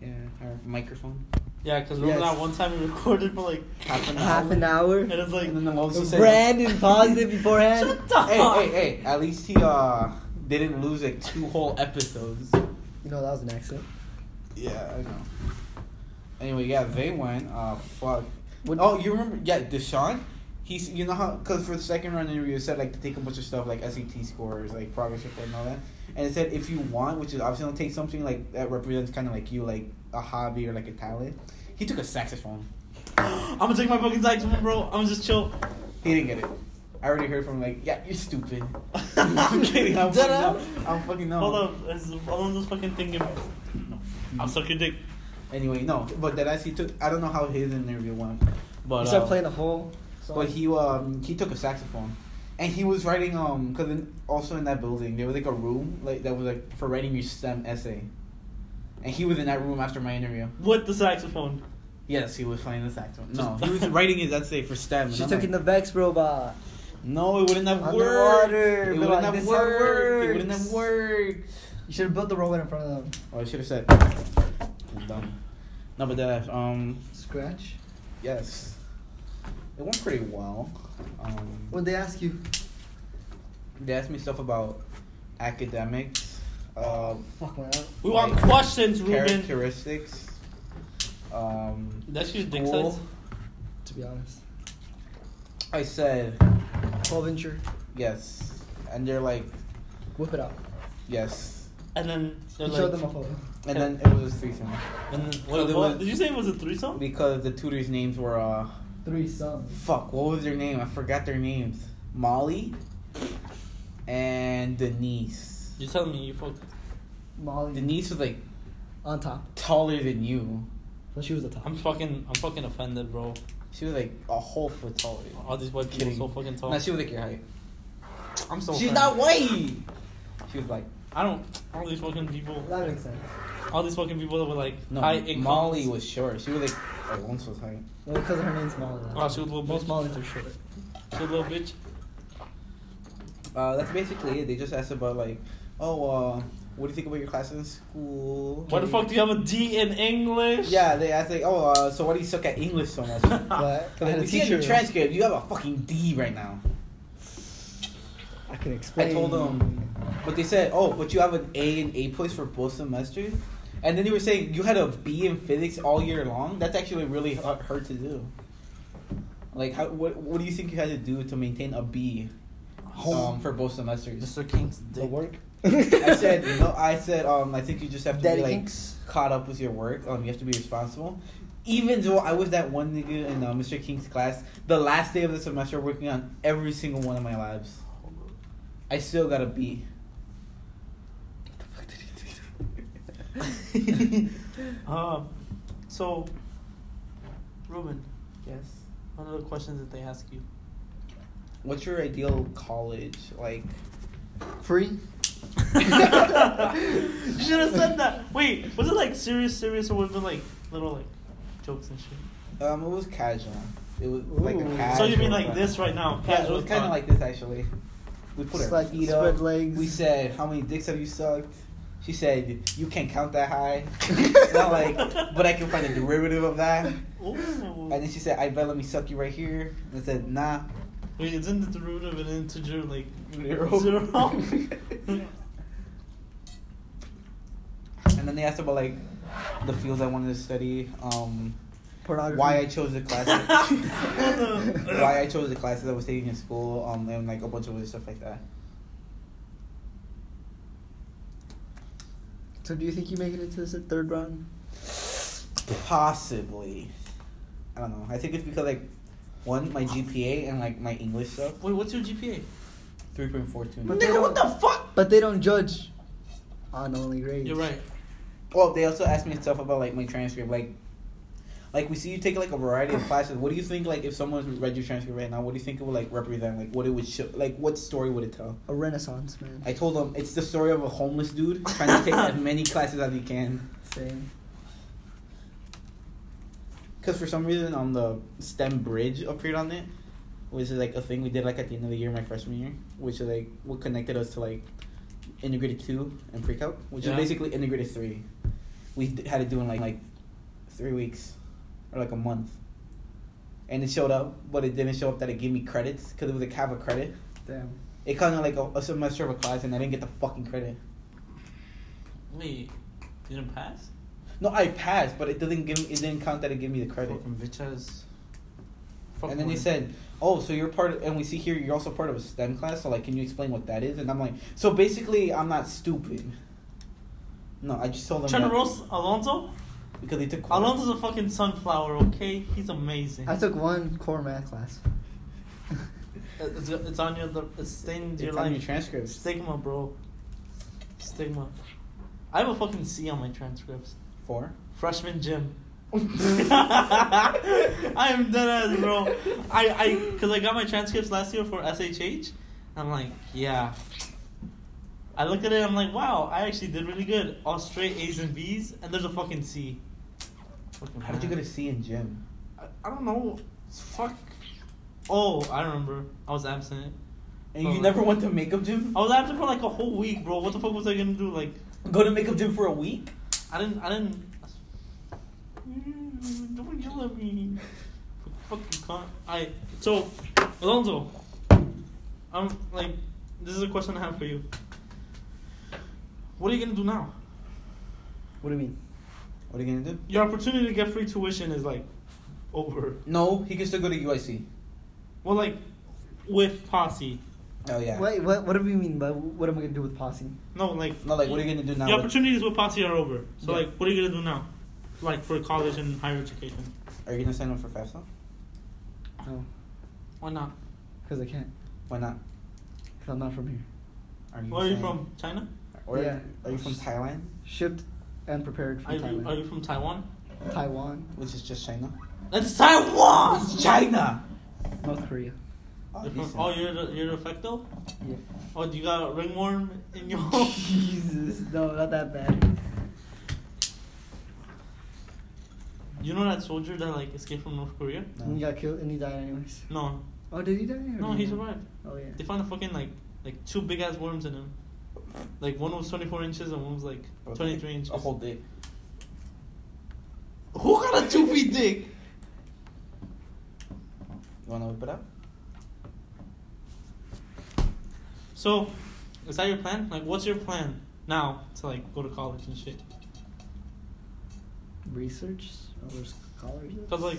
Speaker 4: Yeah, our microphone.
Speaker 2: Yeah, because remember
Speaker 1: Yes.
Speaker 2: that one time we recorded for like
Speaker 4: Half an
Speaker 1: Half an hour.
Speaker 2: and it's like
Speaker 4: And then the also said,
Speaker 1: Brandon paused
Speaker 4: <laughs>
Speaker 1: it beforehand.
Speaker 4: hey, hey, hey, at least he uh didn't lose like two whole
Speaker 2: <gasps>
Speaker 4: episodes.
Speaker 1: You know that was an accident.
Speaker 4: Yeah, I know. Anyway, yeah, they went. Uh, fuck.
Speaker 1: What-
Speaker 4: oh, you remember? Yeah, Deshaun. He's you know how because for the second round interview it said like to take a bunch of stuff like SAT scores, like progress report and all that, and it said if you want, which is obviously gonna take something like that represents kind of like you like a hobby or like a talent. He took a saxophone.
Speaker 2: I'm gonna take my fucking saxophone, bro. I'm gonna just chill. <laughs>
Speaker 4: He didn't get it. I already heard from him, like yeah, you're stupid. <laughs>
Speaker 2: <laughs>
Speaker 4: I'm kidding. I'm fucking
Speaker 2: Ta-da.
Speaker 4: dumb. I'm fucking dumb.
Speaker 2: Hold up, this- I'm just fucking thinking. No, I'll suck your dick.
Speaker 4: Anyway, no, but that he took. I don't know how his interview went, but
Speaker 1: you start
Speaker 4: uh,
Speaker 1: playing the whole. Song.
Speaker 4: But he um he took a saxophone, and he was writing um because in, also in that building there was like a room like that was like for writing your STEM essay, and he was in that room after my interview.
Speaker 2: With the saxophone.
Speaker 4: Yes, he was playing the saxophone. No,
Speaker 2: Just-
Speaker 4: he <laughs> was writing his essay for STEM. and
Speaker 1: she
Speaker 4: I'm
Speaker 1: took
Speaker 4: like,
Speaker 1: in the Vex robot.
Speaker 4: No, it wouldn't have worked.
Speaker 1: Underwater,
Speaker 4: It
Speaker 1: be
Speaker 4: wouldn't
Speaker 1: like,
Speaker 4: have
Speaker 1: "This how it
Speaker 4: worked. It wouldn't
Speaker 1: works."
Speaker 4: have worked.
Speaker 1: You should have built the robot in front of them.
Speaker 4: Oh, I should have said. I'm dumb. No, but that um
Speaker 1: Scratch.
Speaker 4: yes, it went pretty well. Um,
Speaker 1: What'd they ask you?
Speaker 4: they asked me stuff about academics. Um,
Speaker 1: Fuck man. I-
Speaker 2: We want
Speaker 4: Like,
Speaker 2: questions, Ruben.
Speaker 4: characteristics. Um,
Speaker 2: That's your dick
Speaker 4: school.
Speaker 2: size.
Speaker 1: To be honest,
Speaker 4: I said
Speaker 1: Paul Venture,
Speaker 4: yes, and they're like
Speaker 1: whip it out.
Speaker 4: yes,
Speaker 2: And then they're
Speaker 1: You
Speaker 2: like.
Speaker 1: showed them a photo.
Speaker 4: and then it was threesome
Speaker 2: And then,
Speaker 4: So
Speaker 2: what,
Speaker 4: there
Speaker 2: what-
Speaker 4: was-
Speaker 2: did you say it was a threesome?
Speaker 4: because the tutors' names were uh
Speaker 1: Three sons.
Speaker 4: fuck what was their name I forgot their names Molly and Denise.
Speaker 2: You tell me you fucked.
Speaker 1: Molly
Speaker 4: Denise was like
Speaker 1: on top.
Speaker 4: taller than you.
Speaker 1: So she was the top.
Speaker 2: I'm fucking. I'm fucking offended, bro.
Speaker 4: She was like a whole foot taller. than you.
Speaker 2: All these white people are
Speaker 4: Kidding.
Speaker 2: so fucking tall.
Speaker 4: No, she was like your height.
Speaker 2: I'm so.
Speaker 4: She's
Speaker 2: offended.
Speaker 4: not white. She was like
Speaker 2: I don't. All these fucking people.
Speaker 1: That makes sense.
Speaker 2: All these fucking people that were like
Speaker 4: no.
Speaker 2: high incomes.
Speaker 4: Molly was short. She was like Alonso's height.
Speaker 1: Well, because her name's Molly. that's
Speaker 2: Oh, she
Speaker 1: why.
Speaker 2: was a little
Speaker 1: Most
Speaker 2: bitch.
Speaker 1: Mollys are short.
Speaker 2: She a little bitch.
Speaker 4: Uh, that's basically it. They just asked about like, oh, uh, what do you think about your classes in school?
Speaker 2: Why the fuck do you have a D in English?
Speaker 4: Yeah, they asked like, oh, uh, so why do you suck at English so much?
Speaker 1: But I had a
Speaker 4: we see in
Speaker 1: teacher.
Speaker 4: your transcript, you have a fucking D right now.
Speaker 1: I can explain.
Speaker 4: I told them, but they said, oh, but you have an A and A plus for both semesters, and then they were saying you had a B in physics all year long. That's actually really hu- hard to do. Like, how, what what do you think you had to do to maintain a B um, for both semesters?
Speaker 2: Mr. King's
Speaker 1: the
Speaker 2: dick.
Speaker 1: work.
Speaker 4: I said no. I said um. I think you just have to
Speaker 1: Daddy
Speaker 4: be like
Speaker 1: kinks.
Speaker 4: caught up with your work. Um, you have to be responsible. Even though I was that one nigga in uh, Mr. King's class, the last day of the semester, working on every single one of my labs, I still got
Speaker 1: <laughs>
Speaker 4: a B.
Speaker 2: Um, so, Ruben,
Speaker 4: Yes.
Speaker 2: one of the questions that they ask
Speaker 4: <laughs>
Speaker 2: you. <laughs>
Speaker 4: What's your ideal college like?
Speaker 1: Free.
Speaker 2: you should have said
Speaker 1: <laughs>
Speaker 2: that. Wait, was it like serious, serious, or was it like little like jokes and shit?
Speaker 4: Um, it was casual. It was like a
Speaker 1: Ooh.
Speaker 2: so
Speaker 4: casual.
Speaker 2: you mean like
Speaker 4: class.
Speaker 2: this right now?
Speaker 4: Yeah, it was
Speaker 2: casual
Speaker 4: kind
Speaker 2: talk.
Speaker 4: of like this actually. We put her
Speaker 1: Slut-
Speaker 4: feet
Speaker 1: spread
Speaker 4: up.
Speaker 1: legs.
Speaker 4: We said, "How many dicks have you sucked?" She said, "You can't count
Speaker 1: <laughs>
Speaker 4: that high." Not like, but I can find a derivative of that.
Speaker 2: Ooh.
Speaker 4: And then she said, "I bet let me suck you right here." And I said, "Nah."
Speaker 2: Wait, isn't the derivative an integer like <laughs>
Speaker 4: Zero. <laughs>
Speaker 2: zero? Oh.
Speaker 4: And then they asked about like the fields I wanted to study, um,
Speaker 1: <laughs> Pornography.
Speaker 4: why I chose
Speaker 1: <laughs>
Speaker 4: the classes, why
Speaker 2: Why
Speaker 4: I chose the classes I was taking in school, um, and like a bunch of other stuff like that.
Speaker 1: So do you think you make it into this third round?
Speaker 4: Possibly. I don't know. I think it's because like one, my GPA and like my English stuff.
Speaker 2: <laughs> Wait, what's your GPA?
Speaker 4: Three point four two.
Speaker 1: But they don't-
Speaker 4: fuck?
Speaker 1: But they don't judge on only grades.
Speaker 2: You're right.
Speaker 4: Well, they also asked me stuff about like my transcript, like. Like we see you take like a variety of classes. What do you think like if someone read your transcript right now? What do you think it would like represent? Like what it would show? Like what story would it tell?
Speaker 1: A renaissance, man.
Speaker 4: I told them it's the story of a homeless dude trying to take as many classes as he can.
Speaker 1: Same.
Speaker 4: Cause for some reason on the STEM bridge appeared on it, which is like a thing we did like at the end of the year, my freshman year, which is like what connected us to like integrated two and pre-calc, which
Speaker 2: Yeah.
Speaker 4: is basically integrated three. We d- had to do in like like three weeks or like a month, and it showed up, but it didn't show up that it gave me credits because it was like half a credit.
Speaker 1: Damn.
Speaker 4: It counted like a, a semester of a class, and I didn't get the fucking credit.
Speaker 2: Wait, you didn't pass?
Speaker 4: No, I passed, but it didn't give. It didn't count that it gave me the credit.
Speaker 2: Fucking bitch ass. Fuck
Speaker 4: and then they
Speaker 2: boy.
Speaker 4: said, "Oh, so you're part of." And we see here you're also part of a STEM class. So like, can you explain what that is? And I'm like, so basically, I'm not stupid. No, I just told them
Speaker 2: Trying to
Speaker 4: that
Speaker 2: roast Alonso?
Speaker 4: because they took
Speaker 2: Alonso's a fucking sunflower, okay? He's amazing.
Speaker 1: I took one core
Speaker 2: <laughs>
Speaker 1: math class.
Speaker 2: Uh, It's, it's on your. It's stained
Speaker 4: It's
Speaker 2: your
Speaker 4: on
Speaker 2: life.
Speaker 4: your transcripts.
Speaker 2: Stigma, bro. Stigma. I have a fucking C on my transcripts.
Speaker 4: four.
Speaker 2: Freshman gym. <laughs> I am dead ass, bro. I, I, cause I got my transcripts last year for SHH. I'm like, yeah. I look at it, I'm like, wow, I actually did really good. All straight A's and B's, and there's a fucking C. Fucking
Speaker 4: How did you
Speaker 2: mad.
Speaker 4: get a C in gym?
Speaker 2: I, I don't know. Fuck. Oh, I remember. I was absent.
Speaker 4: And
Speaker 2: Oh,
Speaker 4: you
Speaker 2: my-
Speaker 4: never went to makeup gym?
Speaker 2: I was absent for like a whole week, bro. What the fuck was I gonna do? Like,
Speaker 4: Go to makeup gym for a week?
Speaker 2: I didn't. I didn't. Mm, Don't yell at me. Fucking cunt. I. So, Alonso, I'm like, this is a question I have for you. What are you gonna do now?
Speaker 1: What do you mean?
Speaker 4: What are you gonna do?
Speaker 2: Your opportunity to get free tuition is like over.
Speaker 4: No, he can still go to UIC.
Speaker 2: Well, like with posse.
Speaker 4: Oh yeah.
Speaker 1: Wait, what? What do we mean by what am I gonna do with posse?
Speaker 2: No, like.
Speaker 4: No, like what are you gonna do now?
Speaker 2: Your opportunities with posse are over. So,
Speaker 4: Yeah.
Speaker 2: like, what are you gonna do now? Like for college and higher education.
Speaker 4: Are you gonna sign up for FAFSA?
Speaker 1: No,
Speaker 2: Why not?
Speaker 1: because I can't.
Speaker 4: Why not?
Speaker 1: Because I'm not from here.
Speaker 4: Are you,
Speaker 2: Where are you
Speaker 4: signing-
Speaker 2: from? China?
Speaker 4: Or
Speaker 1: Yeah.
Speaker 4: Are you from Thailand?
Speaker 1: Shipped and prepared for
Speaker 2: Are you,
Speaker 1: Thailand.
Speaker 2: are you from Taiwan?
Speaker 1: Taiwan,
Speaker 4: Which is just China.
Speaker 2: That's Taiwan!
Speaker 4: China.
Speaker 1: North Korea.
Speaker 4: Oh,
Speaker 2: You're from-
Speaker 4: decent.
Speaker 2: oh, you're the, you're the facto?
Speaker 1: Yeah.
Speaker 2: Oh, you got a ringworm in your
Speaker 1: <laughs> Jesus, no, not that bad.
Speaker 2: <laughs> You know that soldier that like escaped from North Korea?
Speaker 1: And he got killed and he died anyways.
Speaker 2: No,
Speaker 1: Oh, did he die? or
Speaker 2: no,
Speaker 1: did
Speaker 2: he
Speaker 1: die?
Speaker 2: survived.
Speaker 1: Oh yeah.
Speaker 2: They found a fucking like like two big ass worms in him. Like one was 24 inches and one was like 23 inches.
Speaker 4: A whole dick.
Speaker 2: Who got a two feet dick?
Speaker 4: You wanna whip it up?
Speaker 2: So, is that your plan? Like, what's your plan now to like go to college and shit?
Speaker 1: Research other scholars.
Speaker 2: Cause like,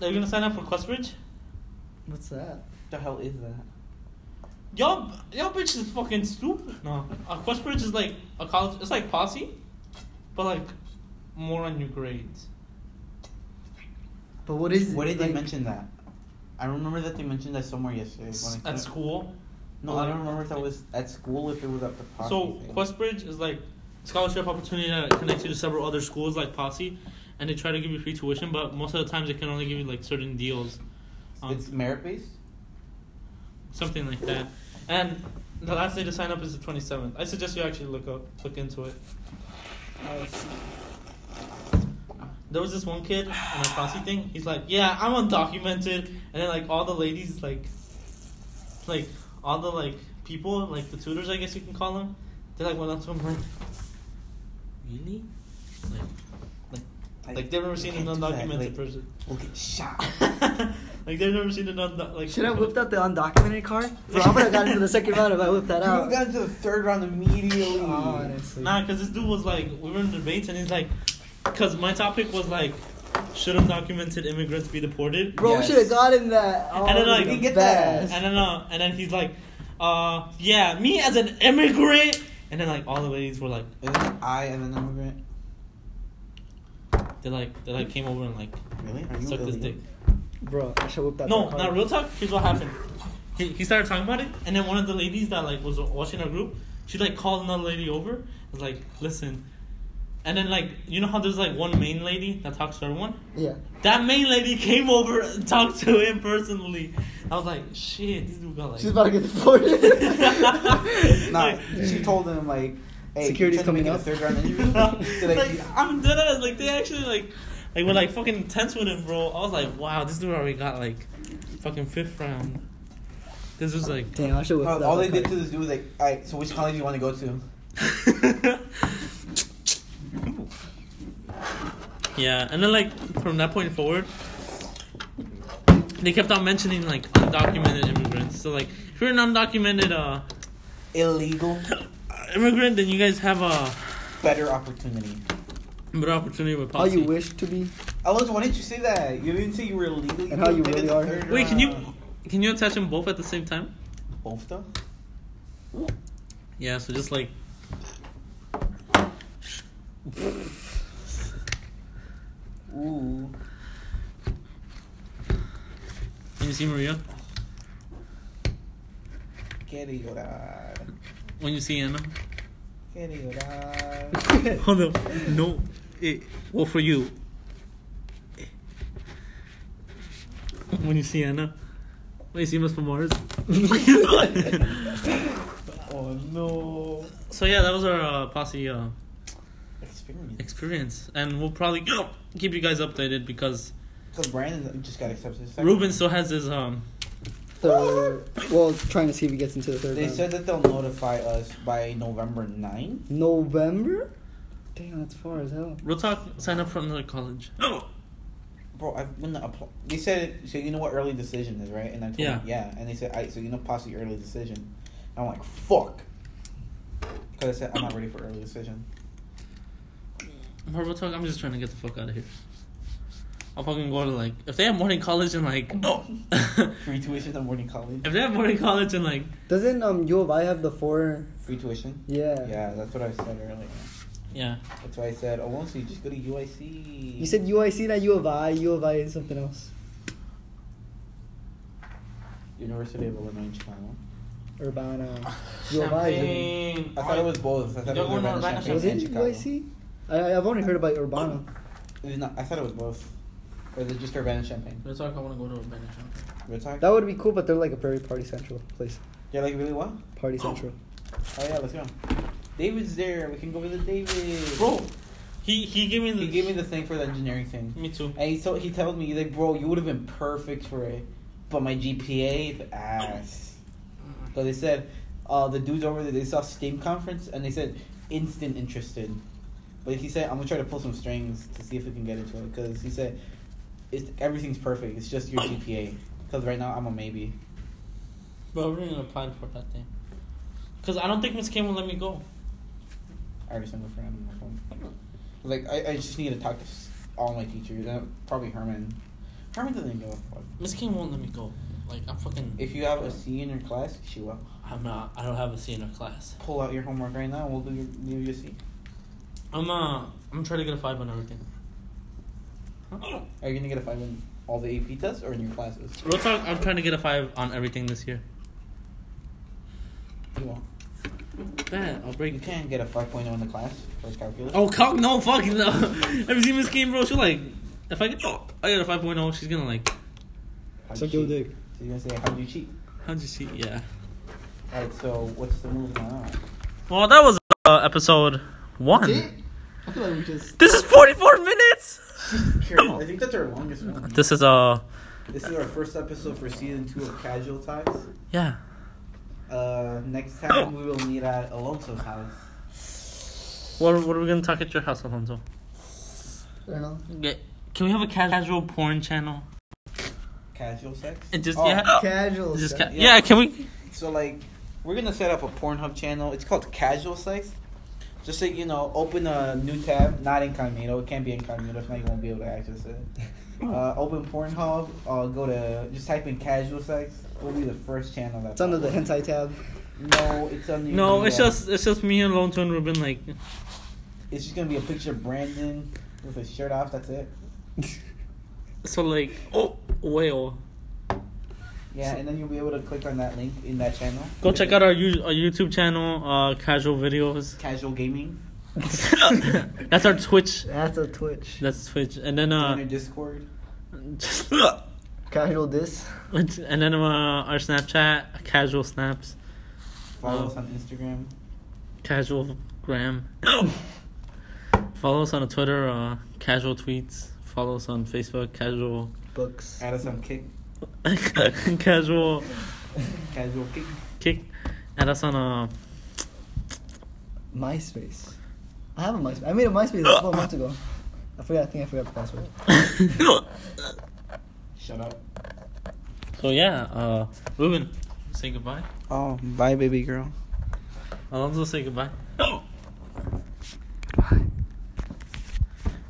Speaker 2: are you gonna sign up for Questbridge?
Speaker 1: What's that?
Speaker 4: The hell is that?
Speaker 2: Y'all, y'all bitch is fucking stupid. No, a Questbridge is like a college. It's like posse, but like more on your grades.
Speaker 1: But what is it?
Speaker 4: Where did they
Speaker 1: Like,
Speaker 4: mention that? I remember that they mentioned that somewhere yesterday.
Speaker 2: S-
Speaker 4: when I-
Speaker 2: At school.
Speaker 4: No, I don't remember if that was at school if it was at the party.
Speaker 2: So
Speaker 4: thing.
Speaker 2: Questbridge is like scholarship opportunity that connects you to several other schools like posse, and they try to give you free tuition, but most of the times they can only give you like certain deals, um,
Speaker 4: it's merit based.
Speaker 2: something like that. And the last day to sign up is the twenty seventh. I suggest you actually look up, look into it.
Speaker 1: I see.
Speaker 2: There was this one kid on a posse thing. He's like, "Yeah, I'm undocumented," and then like all the ladies like, like all the like people, like the tutors, I guess you can call them. They like went up to him like, really, like, like, like they've never seen an
Speaker 4: can't do that,
Speaker 2: undocumented
Speaker 4: like-
Speaker 2: person. <laughs>
Speaker 4: We'll get shot. <laughs>
Speaker 2: like they've never seen an undocumented. Like
Speaker 1: Should I whipped out the undocumented <laughs> card? Bro, I would have gotten to the second round if I whipped that
Speaker 4: You
Speaker 1: out. Oh,
Speaker 4: got into the third round immediately.
Speaker 1: Honestly.
Speaker 2: Nah, because this dude was like, we were in debates, and he's like, because my topic was like, should undocumented immigrants be deported?
Speaker 1: Bro,
Speaker 4: Yes.
Speaker 1: we should have gotten that. Oh,
Speaker 2: And then, like,
Speaker 1: the
Speaker 2: you
Speaker 4: get that.
Speaker 1: best.
Speaker 2: And then, uh, and then he's like, uh, yeah, me as an immigrant. And then, like, all the ladies were like,
Speaker 4: Isn't it I am an immigrant?
Speaker 2: they like, they like came over and like
Speaker 4: Really? Are
Speaker 2: sucked his dick.
Speaker 4: illegal?
Speaker 1: Bro, I should have whipped out
Speaker 2: No,
Speaker 1: that
Speaker 2: not
Speaker 1: card.
Speaker 2: real talk. Here's what happened. He, he started talking about it, and then one of the ladies that like was watching our group, she like called another lady over. and Was like, listen, and then like you know how there's like one main lady that talks to everyone.
Speaker 1: Yeah.
Speaker 2: That main lady came over and talked to him personally. I was like, shit, this dude got like.
Speaker 1: She's
Speaker 2: <laughs>
Speaker 1: about to get <laughs> deported.
Speaker 4: <laughs> Nah, she told him like, hey,
Speaker 1: Security's
Speaker 4: you trying
Speaker 1: coming
Speaker 4: to make it a
Speaker 1: up.
Speaker 4: Third
Speaker 1: <laughs>
Speaker 4: round interview. <laughs> They're like,
Speaker 2: like I'm dead ass. Like they actually like like were like fucking intense with him, bro. I was like, wow, this dude already got like fucking fifth round. This was like <laughs>
Speaker 1: Damn, I should have
Speaker 4: "Oh,
Speaker 1: whipped
Speaker 4: all
Speaker 1: out
Speaker 4: they
Speaker 1: that
Speaker 4: did
Speaker 1: card.
Speaker 4: to this dude was like, all right, so which college do you want to go to?
Speaker 2: yeah, and then like from that point forward, they kept on mentioning like undocumented immigrants. So like if you're an undocumented uh
Speaker 4: Illegal,
Speaker 2: immigrant, then you guys have a
Speaker 4: better opportunity.
Speaker 2: better opportunity with
Speaker 1: How
Speaker 2: policy.
Speaker 1: you wish to
Speaker 4: <laughs>
Speaker 1: be.
Speaker 4: Alonso, why didn't you say that? You didn't say you were illegal.
Speaker 1: And how you
Speaker 4: did it
Speaker 1: really
Speaker 4: the
Speaker 1: are.
Speaker 4: third
Speaker 2: Wait, can you
Speaker 4: round.
Speaker 2: can you attach them both at the same time?
Speaker 4: both though?
Speaker 2: Yeah, so just like.
Speaker 4: Ooh,
Speaker 2: Can you see Maria?
Speaker 4: quiero llorar,
Speaker 2: When you see Anna?
Speaker 4: quiero llorar.
Speaker 2: <laughs> Hold up. No. Eh, well, for you. When you see Anna? When you see us from <laughs> Mars?
Speaker 4: Oh no.
Speaker 2: so, yeah, that was our uh, posse uh,
Speaker 4: Experience.
Speaker 2: experience. And we'll probably keep you guys updated because
Speaker 4: Because Brandon just got accepted. second.
Speaker 2: Ruben still has his. um.
Speaker 1: Third. Well, trying to see if he gets into the third
Speaker 4: They
Speaker 1: round.
Speaker 4: said that they'll notify us by November 9th.
Speaker 1: November? Damn, that's far as hell.
Speaker 2: Real talk, sign up for another college. <gasps>
Speaker 4: <gasps> Bro, I've been apply. They said, so you know what early decision is, right? And I told
Speaker 2: Yeah.
Speaker 4: them, yeah. And they said, I so you know posse early decision. And I'm like, fuck. Because I said, I'm not ready for early decision. <laughs>
Speaker 2: Bro, real talk, I'm just trying to get the fuck out of here. I'll fucking go to like. If they have morning college and <laughs> like.
Speaker 4: Free tuition at morning college.
Speaker 2: If they have morning college and like,
Speaker 1: Doesn't um U of I have the four?
Speaker 4: Free tuition.
Speaker 1: Yeah.
Speaker 4: Yeah, that's what I said earlier.
Speaker 2: yeah,
Speaker 4: That's why I said, Alonso, you just go to UIC.
Speaker 1: You said UIC, not U of I. U of I is something else.
Speaker 4: University of Illinois Chicago.
Speaker 1: Urbana. U of I. isn't
Speaker 4: I thought it was both. I thought
Speaker 2: You
Speaker 4: it
Speaker 2: don't
Speaker 4: was
Speaker 2: want
Speaker 4: Urbana,
Speaker 2: Urbana,
Speaker 1: it?
Speaker 4: Champaign,
Speaker 1: Was
Speaker 4: and
Speaker 1: it
Speaker 4: Chicago.
Speaker 1: UIC? I, I've only heard about Urbana.
Speaker 4: It was not, I thought it was both. Or is it just Urbana Champagne?
Speaker 2: Let's talk. I want to go to Urbana. Champaign.
Speaker 4: We're talking.
Speaker 1: That would be cool, but they're like a very party central place.
Speaker 4: Yeah, like really what?
Speaker 1: Party central.
Speaker 4: Oh yeah, let's go. David's there. We can go visit David.
Speaker 2: Bro, he he gave me the
Speaker 4: he gave me the thing for the engineering thing,
Speaker 2: me too.
Speaker 4: and he told he told me he's like, bro, you would have been perfect for it, but my GPA is ass. So they said, uh, the dudes over there they saw STEAM conference and they said instant interested, but he said I'm gonna try to pull some strings to see if we can get into it because he said, it's everything's perfect. It's just your GPA. Because right now I'm a maybe.
Speaker 2: Bro, I really applied for that thing. Cause I don't think Miss Kim will let me go.
Speaker 4: every single friend on my phone. Like I, I just need to talk to s- all my teachers, uh, probably Herman. Herman doesn't give a fuck.
Speaker 2: Miss Kim won't let me go. Like I'm fucking.
Speaker 4: If you have a C in your class, she will
Speaker 2: I'm not. I don't have a C in her class.
Speaker 4: pull out your homework right now. and We'll do your do your C.
Speaker 2: I'm uh. I'm trying to get a five on everything. Real
Speaker 4: Are you gonna get a five in all the AP tests or in your classes?
Speaker 2: talk. I'm trying to get a five on everything this year.
Speaker 4: You won't.
Speaker 2: Bet I'll
Speaker 4: You
Speaker 2: break.
Speaker 4: can't get a 5.0 in the class for calculus.
Speaker 2: Oh, cock, no, fuck, no. <laughs> Have you seen Miss Kim, bro? She like, if I get, I get a 5.0, she's gonna like,
Speaker 4: How'd
Speaker 1: Suck
Speaker 4: you
Speaker 1: your
Speaker 4: cheat?
Speaker 1: dick.
Speaker 4: So you're gonna say how'd you cheat?
Speaker 2: how'd you see? Yeah.
Speaker 4: All right. So what's the move now?
Speaker 2: Well, that was uh, episode one.
Speaker 1: I feel like we just.
Speaker 2: This is 44 minutes.
Speaker 4: I think that's our longest one.
Speaker 2: This is uh
Speaker 4: This is our first episode for season two of Casual Ties.
Speaker 2: yeah.
Speaker 4: Uh, next time we will meet at Alonso's house.
Speaker 2: What, what are we gonna talk at your house, Alonso? Can we have a casual porn channel?
Speaker 4: Casual sex.
Speaker 2: It just
Speaker 4: Oh,
Speaker 2: yeah,
Speaker 1: Casual.
Speaker 2: just
Speaker 1: sex.
Speaker 2: ca-
Speaker 4: yeah.
Speaker 2: yeah. Can we?
Speaker 4: So like, we're gonna set up a Pornhub channel. It's called Casual Sex. Just so you know, open a new tab, not incognito. It can't be incognito. If not, you won't be able to access
Speaker 1: <laughs>
Speaker 4: it. Uh, open Pornhub. Uh, go to just type in Casual Sex. Will be the first channel that.
Speaker 1: It's under the hentai tab.
Speaker 4: No, it's under.
Speaker 2: No,
Speaker 4: the,
Speaker 2: it's
Speaker 4: uh,
Speaker 2: just it's just me and Alonso and Ruben. Like,
Speaker 4: It's just gonna be a picture of Brandon with his shirt off. That's it.
Speaker 2: so like, oh, whale.
Speaker 4: Yeah, and then you'll be able to click on that link in that channel.
Speaker 2: Go check out our, you- our YouTube channel, uh, Casual <laughs> Videos.
Speaker 4: Casual Gaming.
Speaker 2: That's our Twitch.
Speaker 1: That's a Twitch.
Speaker 2: That's Twitch. And then
Speaker 4: Join
Speaker 2: uh,
Speaker 4: our Discord.
Speaker 2: just-
Speaker 1: Casual this.
Speaker 2: <laughs> and then uh, our Snapchat, Casual Snaps,
Speaker 4: Follow
Speaker 2: Oh.
Speaker 4: us on Instagram.
Speaker 2: Casual Gram. <coughs> Follow us on Twitter, uh, Casual Tweets. Follow us on Facebook, Casual, <laughs>
Speaker 1: Books.
Speaker 4: Add us on Kick.
Speaker 2: Casual
Speaker 4: Casual Kick.
Speaker 2: Kick. Add us on uh,
Speaker 1: MySpace. I have a MySpace. I made a MySpace like four months ago. I forgot. I think I forgot the password.
Speaker 4: Shut up.
Speaker 2: so yeah, uh, Ruben, say goodbye.
Speaker 4: Oh, bye, baby girl.
Speaker 2: Alonso, say goodbye.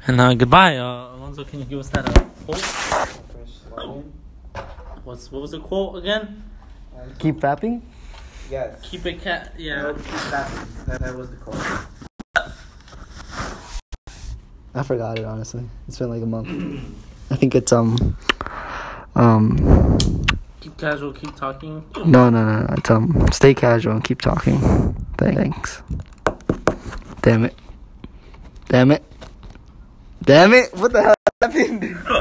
Speaker 2: And uh, goodbye, uh, Alonso. Can you give us that uh, quote? What's what was the quote again?
Speaker 1: Keep fapping.
Speaker 4: Yes.
Speaker 2: Keep it cat. Yeah.
Speaker 4: No, that, that, that was the call.
Speaker 1: I forgot it honestly. It's been like a month. I think it's um um
Speaker 2: Keep casual. Keep talking.
Speaker 1: no no no. It's um stay casual and keep talking. Thanks. Damn it. Damn it. Damn it. What the hell happened?